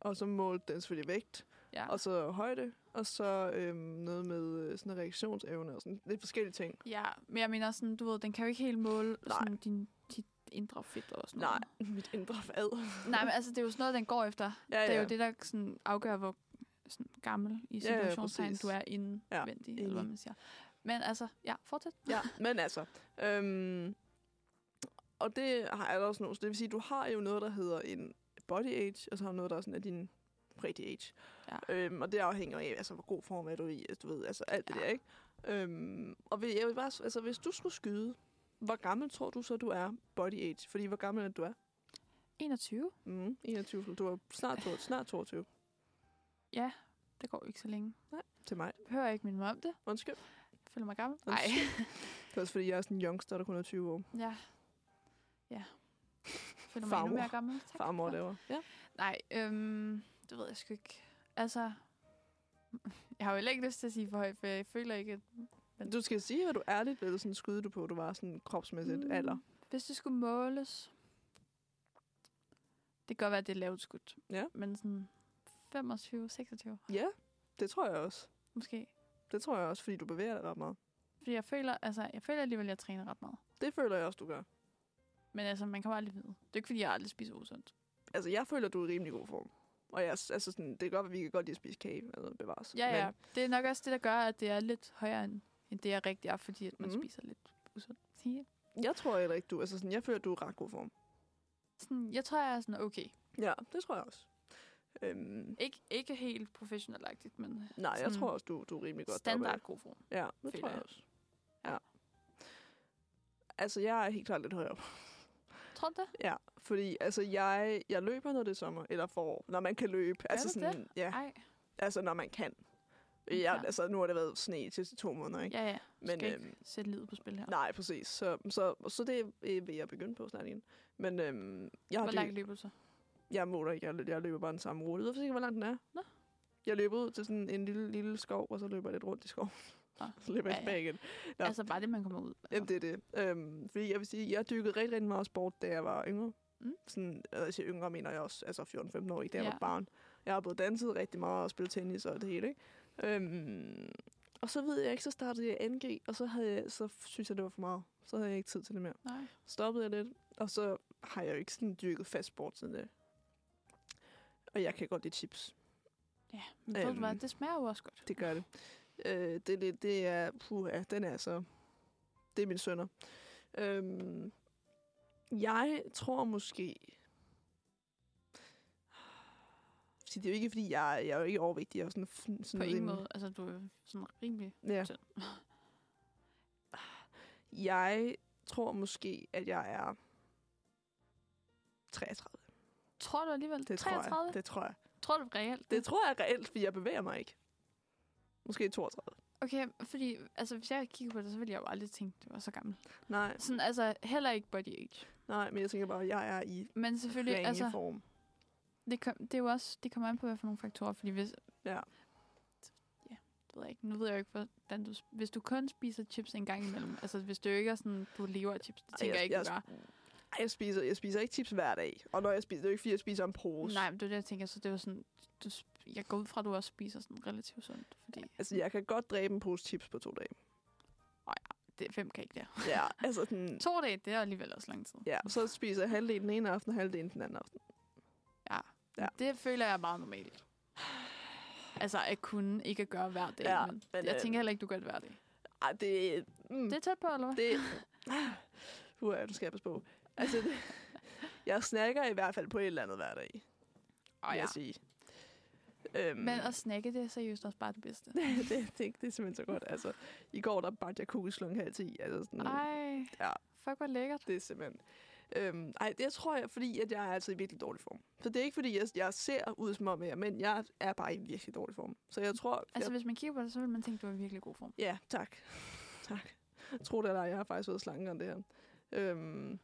og så målte den selvfølgelig vægt, Ja. og så højde, og så øhm, noget med øh, sådan reaktionsevne og sådan lidt forskellige ting. ja, men jeg mener sådan, du ved, den kan jo ikke helt måle Nej. sådan, din, dit indre fedt og sådan Nej, *laughs* noget. mit indre fad. Nej, men altså, det er jo sådan noget, den går efter. Ja, Det er ja. jo det, der sådan afgør, hvor sådan gammel i Ja, ja, situationstegn præcis. du er indvendig, ja, eller hvad enig. man siger. Men altså, ja, fortsæt. Ja, *laughs* men altså. Øhm, og det har jeg da også nogle. Så det vil sige, du har jo noget, der hedder en body age, og så har du noget, der er sådan er din pretty age. Ja. Øhm, og det afhænger af, altså, hvor god form er du i, altså, du ved, altså alt det Ja. der, ikke? Øhm, og vil- jeg vil bare, s- altså, hvis du skulle skyde, hvor gammel tror du så, du er body age? Fordi hvor gammel er det, du er? 21, Mm, 21, så du er snart, to, snart 22 det går jo ikke så længe. til mig. Jeg hører ikke min mor om det. Undskyld. Jeg føler mig gammel. Nej. Undskyld. Det er også fordi, jeg er sådan en youngster, der kun er 20 år. ja. Ja. Jeg føler mig endnu Farmor. *laughs* mere gammel. Tak. Farmor laver. Ja. Nej, øhm, det ved jeg sgu ikke. Altså, *laughs* Jeg har jo heller ikke lyst til at sige for højt, for jeg føler ikke, at... Men du skal sige, hvad du ærligt ved, sådan skyde du på, du var sådan kropsmæssigt mm. alder. Hvis det skulle måles... Det kan godt være, at det er lavt skudt. Ja. Men sådan 25, 26 Ja, det tror jeg også. måske. Det tror jeg også, fordi du bevæger dig ret meget. Fordi jeg føler, altså, jeg føler alligevel, at jeg træner ret meget. Det føler jeg også, du gør. Men altså, man kan jo aldrig vide. Det er ikke, fordi jeg aldrig spiser usundt. Altså, jeg føler, du er i rimelig god form. Og jeg, altså sådan, det kan godt være, vi kan godt lide at spise kage, altså bevares. Ja, ja. Men, Det er nok også det, der gør, at det er lidt højere, end, end det jeg rigtig er, fordi at man Mhm. mm. spiser lidt usundt. Sige. jeg tror heller ikke, du... Altså sådan, jeg føler, du er i ret god form. Sådan, jeg tror, jeg er sådan okay. Ja, det tror jeg også. Øhm, Ikke, ikke helt professionelagtigt, men øh, nej, jeg Sådan tror også, du, du er rimelig godt deroppe af. standard god form. Ja, det føler tror jeg jeg. også. Ja. Ja. Altså, jeg er helt klart lidt højere op. Tror du det? Ja, fordi altså, jeg, jeg løber, når det er sommer, eller forår, når man kan løbe. altså, du sådan, ja, Ej, altså, når man kan. Ja. Jeg, altså, nu har det været sne de sidste to måneder, ikke? ja, ja. Du Men, skal ikke øhm, sætte livet på spil her. Nej, præcis. Så, så, så det øh, vil jeg begynde på snart igen. Men øhm, jeg, har Hvor langt løb, løber du så? jeg måler ikke, jeg, lø- jeg løber bare den samme rute. Jeg ved faktisk ikke, hvor langt den er. Nå. Jeg løber ud til sådan en lille, lille skov, og så løber jeg lidt rundt i skoven. Nå. *laughs* så løber jeg Ja, ja. tilbage igen. Nå. Ja. Altså bare det, man kommer ud. Altså. Jamen, det er det. Øhm, fordi jeg vil sige, jeg dykkede rigtig, rigtig meget sport, da jeg var yngre. Mm. Sådan, altså, jeg siger yngre, mener jeg også, altså 14-15 år, ikke, da jeg Ja. var barn. Jeg har både danset rigtig meget og spillet tennis og det hele, ikke? Øhm, og så ved jeg ikke, så startede jeg NG, og så, havde jeg, så synes jeg, det var for meget. Så havde jeg ikke tid til det mere. Nej. Stoppede jeg lidt, og så har jeg jo ikke sådan dyrket fast sport siden det. Og jeg kan godt lide chips. Ja, men øhm. ved du hvad, Øhm. det smager jo også godt. Det gør det. Øh, det, det, det er, puh, ja, den er så, det er min sønner. Øhm, jeg tror måske, Så det er jo ikke, fordi jeg, jeg er jo ikke overvægtig. Jeg er sådan, sådan På rimelig- ingen måde. Altså, du er jo sådan rimelig Ja. tynd. Jeg tror måske, at jeg er 33. Tror du alligevel? Det 33? tror jeg. Det tror jeg. Tror du reelt? Det tror jeg reelt, fordi jeg bevæger mig ikke. Måske 32. Okay, fordi altså, hvis jeg kigger på det, så ville jeg jo aldrig tænke, at det var så gammel. Nej, Sådan, altså, heller ikke body age. nej, men jeg tænker bare, at jeg er i Men selvfølgelig, ringe altså, altså, form. det, kom, det er jo også, det kommer an på, hvad for nogle faktorer, fordi hvis... Ja. Ja, det ved jeg ikke. Nu ved jeg jo ikke, hvordan du... sp- Hvis du kun spiser chips en gang imellem, altså hvis du ikke er sådan, du lever af chips, det Ej, tænker jeg, jeg- ikke, jeg du gør. Ej, jeg spiser, jeg spiser ikke chips hver dag. Og når jeg spiser, det er jo ikke, fordi jeg spiser en pose. Nej, men det er det, jeg tænker, så det er jo sådan... Du, sp- jeg går ud fra, at du også spiser sådan relativt sundt, fordi Altså, jeg kan godt dræbe en pose chips på to dage. det, hvem kan ikke det? Ja, altså den, To dage, det er alligevel også lang tid. ja, så spiser jeg halvdelen den ene aften og halvdelen den anden aften. Ja. Det føler jeg er meget normalt. Altså at kunne ikke at gøre hver dag, Ja, ja, men, men, men jeg øh, tænker heller ikke, du gør det hver dag. Ej, det, mm, Det er tæt på, eller hvad? det Puh, ja, du skal jeg passe på. Altså, det, jeg snakker i hvert fald på et eller andet hver dag, Åh, vil ja. jeg sige. Øhm, Men at snakke, det er seriøst også bare det bedste. *laughs* det, det, det, det er simpelthen så godt. Altså, I går, der bagte jeg kogeslung halv ti. Altså, sådan, Ej, Ja. fuck hvor lækkert. Det er simpelthen... Øhm, ej, det tror jeg, fordi at jeg er altså i virkelig dårlig form. Så det er ikke, fordi jeg, jeg ser ud som om jeg er, men jeg er bare i virkelig dårlig form. Så jeg tror... Altså jeg, hvis man kigger på det, så vil man tænke, du er i virkelig god form. ja, tak. *laughs* tak. Tro det eller ej, jeg har faktisk været slankere end det her. Øhm,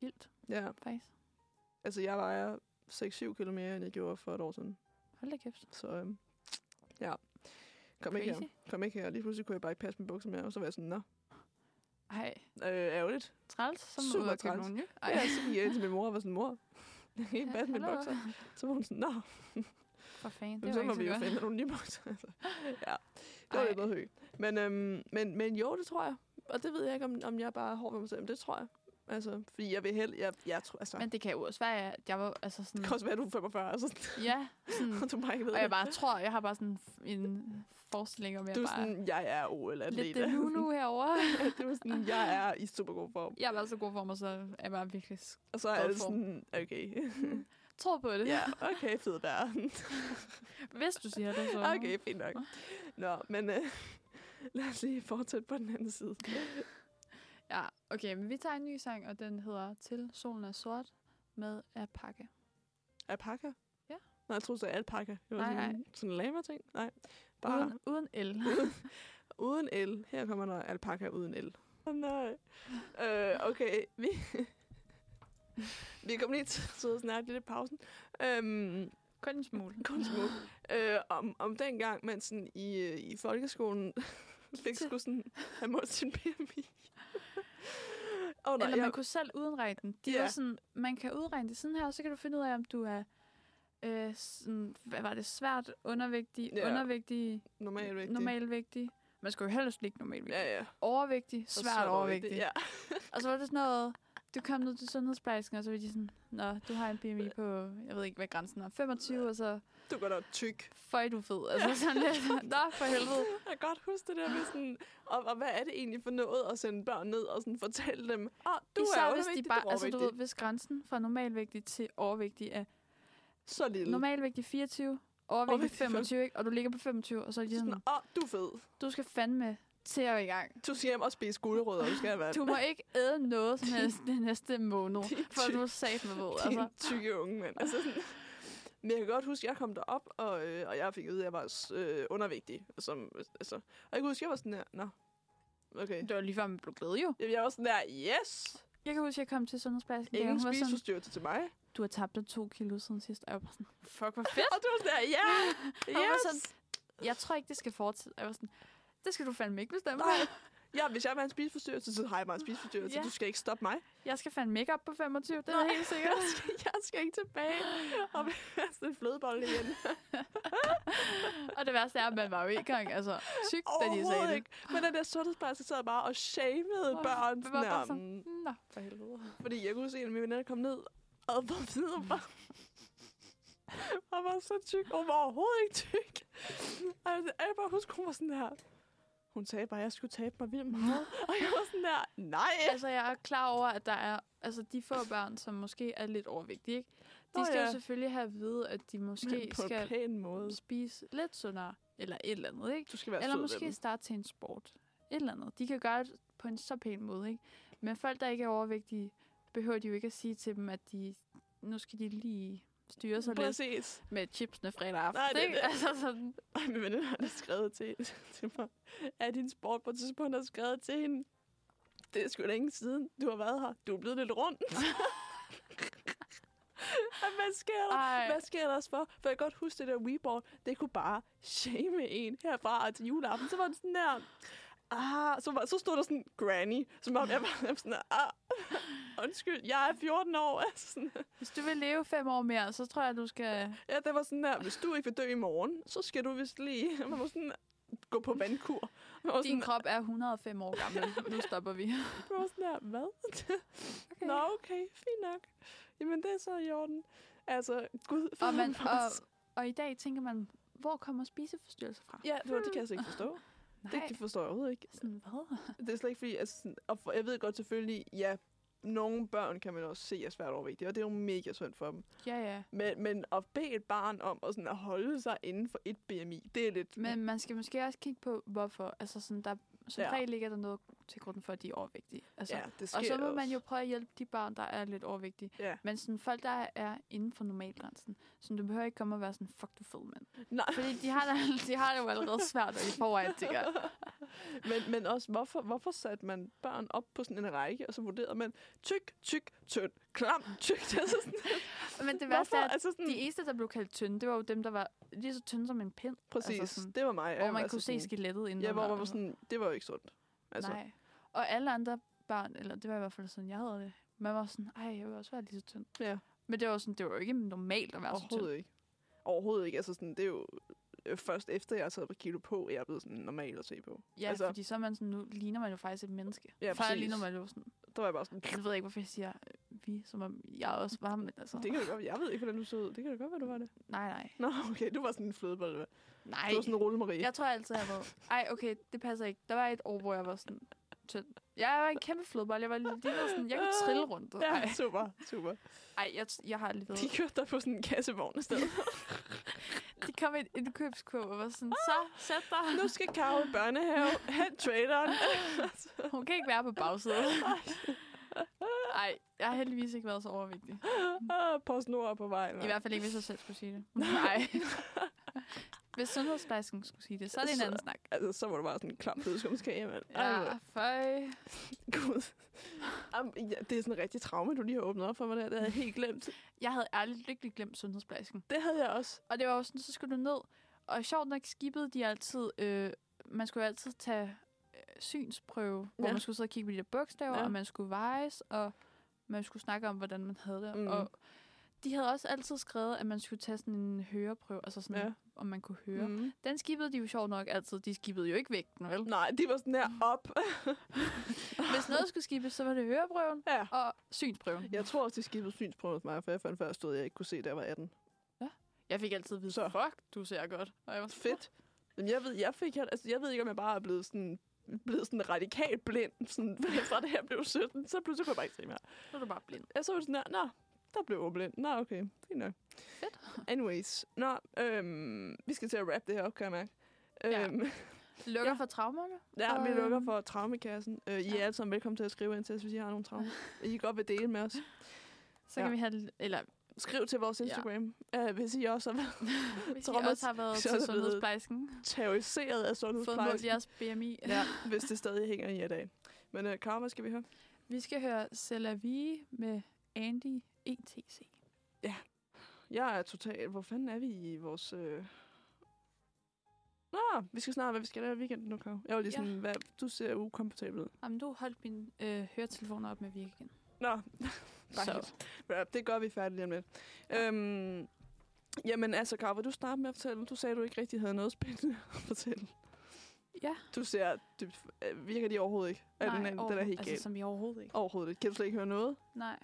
Vildt, ja, faktisk. altså jeg vejer 6-7 kilo mere, end jeg gjorde for et år siden. Hold da kæft. Så øhm, ja. Kom ikke her. Crazy. Kom ikke her. Lige pludselig kunne jeg bare ikke passe mine bukser mere, og så var jeg sådan, nå, Ej, øh, ærgerligt. træls, så må Super du ud og købe træls. nogle nye. Ej, Ej. Ja, så gik jeg ind til min mor og var sådan, mor, *laughs* jeg kan ikke passe mine hallo. bukser. Så var hun sådan, nå, for fanden, det Jamen, var så må ikke vi jo så godt. finde nogle nye bukser. *laughs* Altså. Ja, det var Ej. lidt noget højt. Men, øhm, men, men jo, det tror jeg. Og det ved jeg ikke, om, om jeg er bare hård ved mig selv. Men det tror jeg. Altså, fordi jeg vil hellere... Jeg, jeg tror, altså, men, Men det kan jo også være, at jeg var altså sådan... det kan også være, at du er 45, altså, sådan, Ja, *laughs* sådan, og du bare ikke ved Mm. og jeg det. bare tror, jeg har bare sådan en forestilling om, at Du jeg er bare sådan, jeg er ol er atlet lidt det *laughs* nu nu herovre. du er sådan, jeg er i super god form. Jeg var så god for mig, så er jeg bare virkelig sk- Og så er God det form. sådan, okay. *laughs* tror på det. ja, okay, fed der. *laughs* Hvis du siger det, så... *laughs* okay, fint nok. Nå, men øh, *laughs* lad os lige fortsætte på den anden side. Ja, okay, men vi tager en ny sang, og den hedder Til solen er sort med at pakke. Alpaka? Ja. Nej, jeg troede, det var alpaka. Det var Nej, sådan, nej. sådan en lama-ting. Nej, bare Uden, uden el. uden, uden el. Her kommer der alpaka uden el. Oh, nej. Øh, okay, vi... *laughs* vi kom lige til at sidde og snakke lidt i pausen. Øhm, Kun en smule. *laughs* kun små, øh, om, om dengang man sådan i, øh, i folkeskolen *laughs* fik skulle sådan have målt sin BMI. Åh oh, nej, Eller man jeg, kunne selv udregne den. De Ja. yeah. sådan, man kan udregne det sådan her, og så kan du finde ud af, om du er øh, sådan, hvad var det, svært undervægtig, Ja. yeah. undervægtig, normalvægtig. normalvægtig. Man skulle jo helst ligge normalvægtig. Ja, ja. Overvægtig, Så svært overvægtig. Ja. Og så var det sådan noget, du kom ned til sundhedsplejersken, og så var de sådan, nå, du har en BMI på, jeg ved ikke, hvad grænsen er, 25, og så Du går da tyk. føj, du er fed. Altså sådan lidt, *laughs* nå, for helvede. *laughs* Jeg kan godt huske det der med sådan, og, og hvad er det egentlig for noget at sende børn ned og sådan fortælle dem, åh, oh, du Især er hvis de undervægtig, bare, du er altså du ved, overvægtig." hvis grænsen fra normalvægtig til overvægtig er så lille. normalvægt i 24, overvægt i Overvægt i 25, ikke? og du ligger på 25, og så er de Sådan, sådan, åh, oh, du er fed. du skal fandme til at i gang. Du skal hjem og spise gulerødder, du skal have været. *laughs* Du må ikke æde noget som helst den næste måned, Det er for ty- du er sat med våd. Det er Altså. en tykke unge mand. Altså sådan, men jeg kan godt huske, at jeg kom derop, og, øh, og jeg fik at vide, at jeg var øh, undervægtig. Som, altså, og jeg kan huske, at jeg var sådan der, nå, okay. Det var lige før, man blev glad jo. Jamen, Jeg var sådan der, yes! Jeg kan huske, at jeg kom til sundhedsplejersken, der, Ingen hun var sådan, spiseforstyrrelse til mig. du har tabt dig to kilo siden sidst. Og jeg var sådan, fuck, hvor fedt. *laughs* Og du var sådan der, ja! *laughs* Og hun var Yes! sådan, jeg tror ikke, det skal fortsætte. Og Jeg var sådan, det skal du fandme ikke bestemme. Nej. Ja, hvis jeg var en spiseforstyrrelse, så har jeg bare en spiseforstyrrelse. Ja. Du skal ikke stoppe mig. Jeg skal fandme ikke op på 25, det er Nej. helt sikkert. *laughs* Jeg skal, jeg skal ikke tilbage og være sådan en flødebolle igen. Og det værste er, at man var jo ikke engang altså, syg, da de sagde Overhovedet det. ikke. Men den der sundhedsplejerske sad bare og shamede Åh, børn. det var Sådan, bare sådan, der, Nå, for helvede. Fordi jeg kunne se, at mine venner kom ned og var videre bare... Og var så tyk. Hun var overhovedet ikke tyk. Og jeg jeg kan bare husker, hun var sådan her... Hun sagde bare, at jeg skulle tabe mig vildt meget. Og jeg var sådan der, nej. Altså, jeg er klar over, at der er altså, de få børn, som måske er lidt overvægtige, ikke? Nå De skal jo ja. selvfølgelig have at vide, at de Men måske på en skal pæn måde. spise lidt sundere, eller et eller andet, ikke? Du skal være Eller sød ved måske dem. starte til en sport. Et eller andet. De kan gøre det på en så pæn måde, ikke? Men folk, der ikke er overvægtige, behøver de jo ikke at sige til dem, at de nu skal de lige styre sig lidt Præcis. med chipsene fredag aften, Nej, det er ikke? det. Altså sådan, Og min veninde har skrevet til, *laughs* til mig, at din sport på et tidspunkt har skrevet til hende. Det er sgu længe siden, du har været her. Du er blevet lidt rund. *laughs* Hvad sker der? ej, Hvad sker der også for? For jeg kan godt huske det der Weeball, det kunne bare shame en herfra og til juleaften. Så var det sådan der, ah, så, var, så stod der sådan granny, som om jeg var sådan der, ah, undskyld, jeg er 14 år. *laughs* Altså sådan, hvis du vil leve fem år mere, så tror jeg, du skal... ja, det var sådan der, hvis du ikke vil dø i morgen, så skal du vist lige, *laughs* man var sådan, gå på vandkur. Man var Din sådan, krop er 105 år gammel. Nu stopper *laughs* vi. man var sådan der, hvad? Okay. Nå, okay, fint nok. Jamen, det er så i orden. Altså, gud for *laughs* Og, man, og, og i dag tænker man, hvor kommer spiseforstyrrelser fra? Ja, det, var, det kan jeg så ikke forstå. Nej, Det, det forstår jeg overhovedet ikke. sådan hvad? Det er slet ikke fordi, altså, sådan- og for, jeg ved godt selvfølgelig, ja, nogle børn kan man også se er svært overvægtige, og det er jo mega synd for dem. Ja, ja. Men, men at bede et barn om at, sådan, at holde sig inden for et BMI, det er lidt... Men man skal måske også kigge på, hvorfor. Altså sådan, der, som Ja. regel ligger der noget til grunden for, at de er overvægtige. Altså, ja, det sker og så må også. man jo prøve at hjælpe de børn, der er lidt overvægtige. Ja. Men sådan folk, der er inden for normalgrænsen, så du behøver ikke komme og være sådan, fuck du er fed, mand. Nej, Fordi de har, det, de har det jo allerede svært, og i forvejen, tænker jeg. men, men også, hvorfor, hvorfor satte man børn op på sådan en række, og så vurderede man tyk, tyk, tynd, klam, tyk. Altså sådan, Men det værste hvorfor? er, at Altså sådan, de eneste, der blev kaldt tynde, det var jo dem, der var lige så tynde som en pind. præcis, altså sådan, det var mig. Hvor Jeg var man altså kunne se sådan- skelettet inden. Ja, hvor man var sådan, det var jo ikke sundt. Altså, Nej. Og alle andre børn, eller det var i hvert fald sådan, jeg havde det, man var sådan, ej, jeg vil også være lige så tynd. Ja. Men det var, sådan, det var jo ikke normalt at være så tynd. Overhovedet ikke. Overhovedet ikke. Altså sådan, det er jo øh, først efter, jeg har taget et kilo på, at jeg er blevet sådan normal at se på. Ja, Altså- altså, fordi så er man sådan, nu ligner man jo faktisk et menneske. Ja, Før præcis. ligner man jo sådan, Der var jeg bare sådan, jeg ved jeg ikke, hvorfor jeg siger øh, vi, som om jeg også var, men altså, det kan du godt, jeg ved ikke, hvordan du så ud. Det kan du godt, hvad du var det. nej, nej, Nå, okay, du var sådan en flødebolle. hva'? nej. Du var sådan en rulle Marie. Jeg tror altid, jeg var, ej, okay, det passer ikke. Der var et år, hvor jeg var sådan tynd. Jeg var en kæmpe flodbold, jeg var lige sådan, jeg kunne trille rundt. Ej, Ja, super, super. ej jeg, jeg har aldrig været. De kørte dig på sådan en kassevogn afsted. *laughs* De kom i en indkøbskurv og var sådan, så sæt dig. nu skal Karo i børnehave. Hent traileren. *laughs* Hun kan ikke være på bagsædet. Nej, jeg har heldigvis ikke været så overvægtig. Og PostNord er på vej. I hvert fald ikke, hvis jeg selv skulle sige det. Nej. Hvis sundhedsplejersken skulle sige det, så er det en anden snak. Altså, så var du bare sådan en klam flødeskumskage, mand. Ej, Ja, føj. Gud. Ej, jeg, ja, det er sådan en rigtig traume, du lige har åbnet op for mig der. Det havde jeg helt glemt. Jeg havde ærligt lykkelig glemt sundhedsplejersken. Det havde jeg også. Og det var jo sådan, så skulle du ned. Og sjovt nok skibede de altid, øh, man skulle jo altid tage øh, synsprøve, ja. hvor Ja. man skulle sidde og kigge på de der bogstaver, Ja. ja. og man skulle vejes, og man skulle snakke om, hvordan man havde det. Mm. Mm. Og de havde også altid skrevet, at man skulle tage sådan en høreprøve, altså sådan, Ja. ja. om man kunne høre. Mm. Mm. Den skibede de jo sjovt nok altid. De skibede jo ikke vægten, *laughs* vel? Nej, de var sådan her op. Hvis noget skulle skibes, så var det høreprøven Ja. og synsprøven. Jeg tror også, de skibede synsprøve hos mig, for jeg fandt først ud, af, at jeg ikke kunne se, da jeg var 18. Jeg fik altid at vide, Så. så. fuck, du ser godt. Og jeg var sådan, Fedt. Men jeg ved, jeg, fik, altså, jeg ved ikke, om jeg bare er blevet sådan blevet sådan radikalt blind, sådan, *laughs* fra det her blev 17, så pludselig kunne jeg bare ikke se mere. Nu er du bare blind. Jeg så sådan her, nå, der blev jeg blind. Nå, okay, fint nok. Fedt. Anyways, nå, øhm, vi skal til at wrap det her op, kan jeg mærke. Ja. Øhm, Ja. Lukker ja. for traumerne? ja, Og, vi lukker øhm, for traumekassen. Øh, I er ja. alle sammen velkommen til at skrive ind til os, hvis I har nogle traumer. I godt vil dele med os. Så Ja. kan vi have, eller Skriv til vores Ja. Instagram, ja. øh, hvis I også har været *laughs* hvis Traumer- I også har været hvis I til også er blevet sundhedsplejersken, terroriseret af fået målt sundhedsplejersken. jeres BMI. Ja, hvis det stadig hænger i i dag. Men øh, Karma skal vi høre. Vi skal høre Selavi med Andy E ETC. Jeg er totalt... Hvor fanden er vi i vores... Øh... Nå, vi skal snart, hvad vi skal lave i weekenden nu, Kav. Jeg var lige Ja. sådan, hvad, du ser ukomfortabel ud. Jamen, du holdt mine øh, høretelefoner op med virke igen. *laughs* Nå, Så ja, det gør vi færdigt lige om lidt. Ja. Øhm, jamen altså, Kav, vil du starte med at fortælle? Du sagde, du ikke rigtig havde noget spændende *laughs* at fortælle. ja, Du ser... Dybt, øh, virker de overhovedet ikke? Ja, den, er, den er overho- helt altså, galt. som jeg overhovedet ikke. Overhovedet ikke. Kan du slet ikke høre noget? Nej.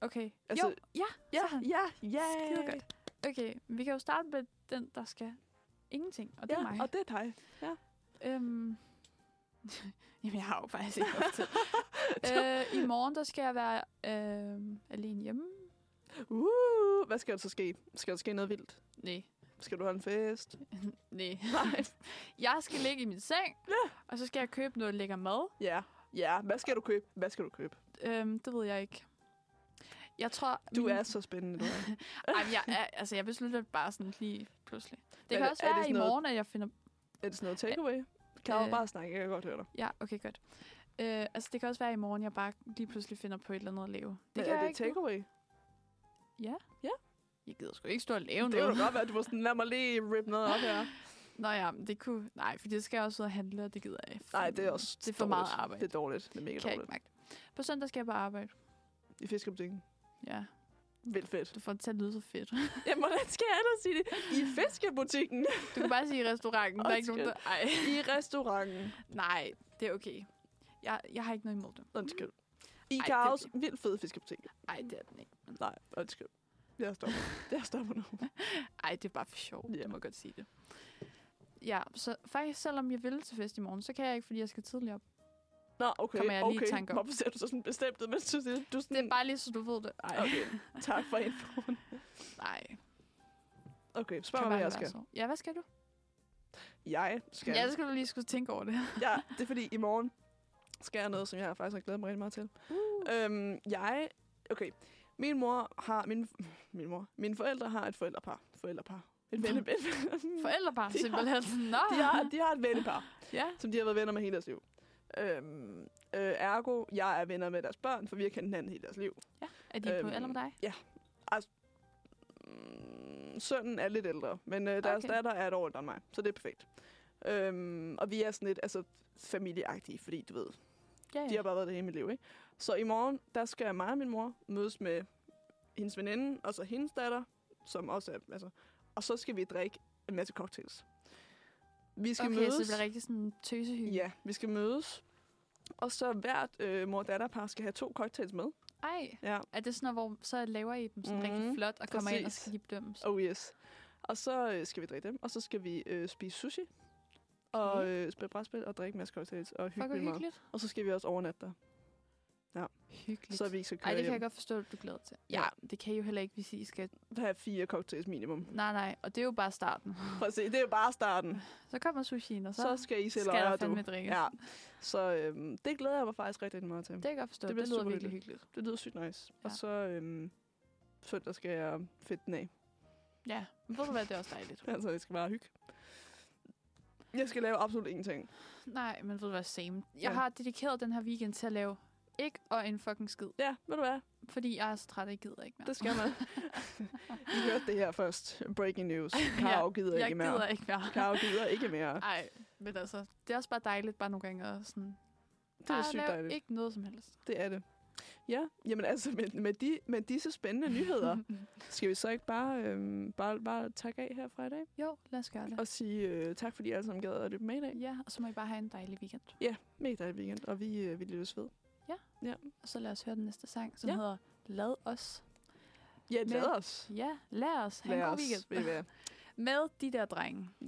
Okay. Altså- Altså, jo, ja, sådan. ja, ja. Skide godt. Okay, vi kan jo starte med den, der skal ingenting, og det Ja, er mig. og det er *laughs* dig. Øhm. *laughs* Jamen, jeg har jo faktisk ikke haft tid. øh, I morgen, der skal jeg være øh, alene hjemme. *laughs* Uh, hvad skal der så ske? Skal der ske noget vildt? Nej. Skal du holde en fest? *laughs* Nej. Nej. Jeg skal ligge i min seng, ja. og så skal jeg købe noget lækker mad. Ja, ja. Hvad skal du købe? Hvad skal du købe? Øhm, det ved jeg ikke. Jeg tror... Du er så spændende, du er. Ej, men jeg, er, altså, jeg beslutter det bare sådan lige pludselig. Det Er er kan det- det, også er det være i sådan noget- morgen, at jeg finder... Er det sådan *laughs* noget takeaway? Kan jeg Øh. bare snakke? Jeg kan godt høre dig. Ja, okay, godt. Øh, altså, det kan også være i morgen, jeg bare lige pludselig finder på et eller andet at lave. Det Men kan er det jeg ikke. nu. takeaway? Ja. Ja. Jeg gider sgu ikke stå og lave Det noget. kunne da godt være, at du var sådan, lad mig lige rip noget op *laughs* her. Nå ja, men det kunne... Nej, for det skal jeg også ud og handle, og det gider jeg ikke. Nej, det er også Det er for dårligt. meget arbejde. Det er dårligt. Det er mega kan jeg dårligt. ikke mærke. På søndag skal jeg bare arbejde. I fiskebutikken. Ja, Vildt *laughs* fedt. du får det til at lyde så fedt. Jamen, hvordan skal jeg ellers sige det? I *laughs* fiskebutikken. Du kan bare sige i restauranten. der er ikke nogen, der... Ej. I restauranten. Nej, det er okay. Jeg, jeg har ikke noget imod det. Undskyld. I Ej, Karos det vildt fede fiskebutik. Ej, det er den ikke. Nej, undskyld. Jeg stopper. *laughs* Jeg stopper nu. Ej, det er bare for sjov. Ja. Yeah. Du må godt sige det. Ja, så faktisk selvom jeg ville til fest i morgen, så kan jeg ikke, fordi jeg skal tidligere op. Nå, okay. Kommer jeg lige i okay. tanke om. Hvorfor ser du så sådan bestemt ud, mens du siger, det? du er Det er sådan... bare lige, så du ved det. Ej, Okay, tak for infoen. nej. Okay, Kan spørg mig, hvad bare jeg lade skal. være så. Ja, hvad skal du? Jeg skal. Ja, så skal du lige skulle tænke over det. ja, det er fordi, i morgen skal jeg noget, som jeg faktisk har glædet mig rigtig meget til. Uh. Øhm, jeg, okay, min mor har, min, *laughs* min mor, mine forældre har et forældrepar. Forældrepar. Et venne, et venne. Forældrepar De har- simpelthen. Nå. De har, de har et vennepar, Ja. som de har været venner med hele deres liv. Øhm, øh, ergo, jeg er venner med deres børn, for vi har kendt hinanden hele deres liv. Er de på Øhm, alder med dig? Mm, sønnen er lidt ældre, men øh, deres okay. Okay. datter er et år ældre end mig, så det er perfekt. Øhm, og vi er sådan lidt altså, familieagtige, fordi du ved, Ja, De har bare været det hele mit liv, ikke? Så i morgen, der skal mig og min mor mødes med hendes veninde, og så hendes datter, som også er, altså, og så skal vi drikke en masse cocktails. Vi skal okay, mødes. så det bliver rigtig sådan tøsehyg. ja, vi skal mødes. Og så hvert øh, mor og datterpar skal have to cocktails med. Ej, Ja, er det sådan noget, hvor så laver I dem sådan mm, Mhm, rigtig flot og kommer ind og præcis. skal bedømmes? oh yes. Og så øh, skal vi drikke dem, og så skal vi øh, spise sushi. Og øh, spille brætspil og drikke en masse cocktails og Fuck, hygge hvor vildt meget. hyggeligt. Og så skal vi også overnatte der, Hyggeligt. så vi ikke skal køre Ej, det kan jeg hjem. godt forstå, at du glæder til. Ja, det kan I jo heller ikke, hvis I skal... Have fire cocktails minimum. *laughs* Nej, nej, og det er jo bare starten. *laughs* Prøv at se, det er jo bare starten. Så kommer sushien, og så, så skal I skal selv der løjer, fandme du. drikkes. Ja. Så øhm, det glæder jeg mig faktisk rigtig rigtig meget til. Det kan jeg godt forstå. Det Det, bliver det lyder super virkelig hyggeligt. Det lyder sygt nice. Ja. Og Ja. så øhm, søndag skal jeg fedt den af. *laughs* Ja, men ved du hvad, det er også dejligt. Altså, jeg skal bare hygge. Jeg skal lave absolut ingenting. Nej, men ved du hvad, same. Jeg Ja. har dedikeret den her weekend til at lave Ikke og en fucking skid. Ja, ved du hvad? Fordi jeg er så træt, at jeg gider ikke mere. Det skal *laughs* man. I hørte det her først. Breaking *laughs* news. Karo Ja, gider jeg ikke mere. gider ikke mere. *laughs* Karo gider ikke mere. Nej, men altså, det er også bare dejligt bare nogle gange at sådan, Det er bare sygt lave dejligt. ikke noget som helst. Det er det. Ja, jamen altså med, med, de, med disse spændende nyheder, *laughs* skal vi så ikke bare, øhm, bare, bare takke af her fra i dag? Jo, lad os gøre det. Og sige øh, tak, fordi I alle sammen gad at lytte med i dag. Ja, og så må I bare have en dejlig weekend. Ja, mega dejlig weekend, og vi, øh, vi lyttes ved. Og så lad os høre den næste sang, som Ja. ja. hedder Lad os. Ja, Men- lad os. Ja, lad os. Ha' en Lad god os, weekend. ved I hvad. Med de der drenge.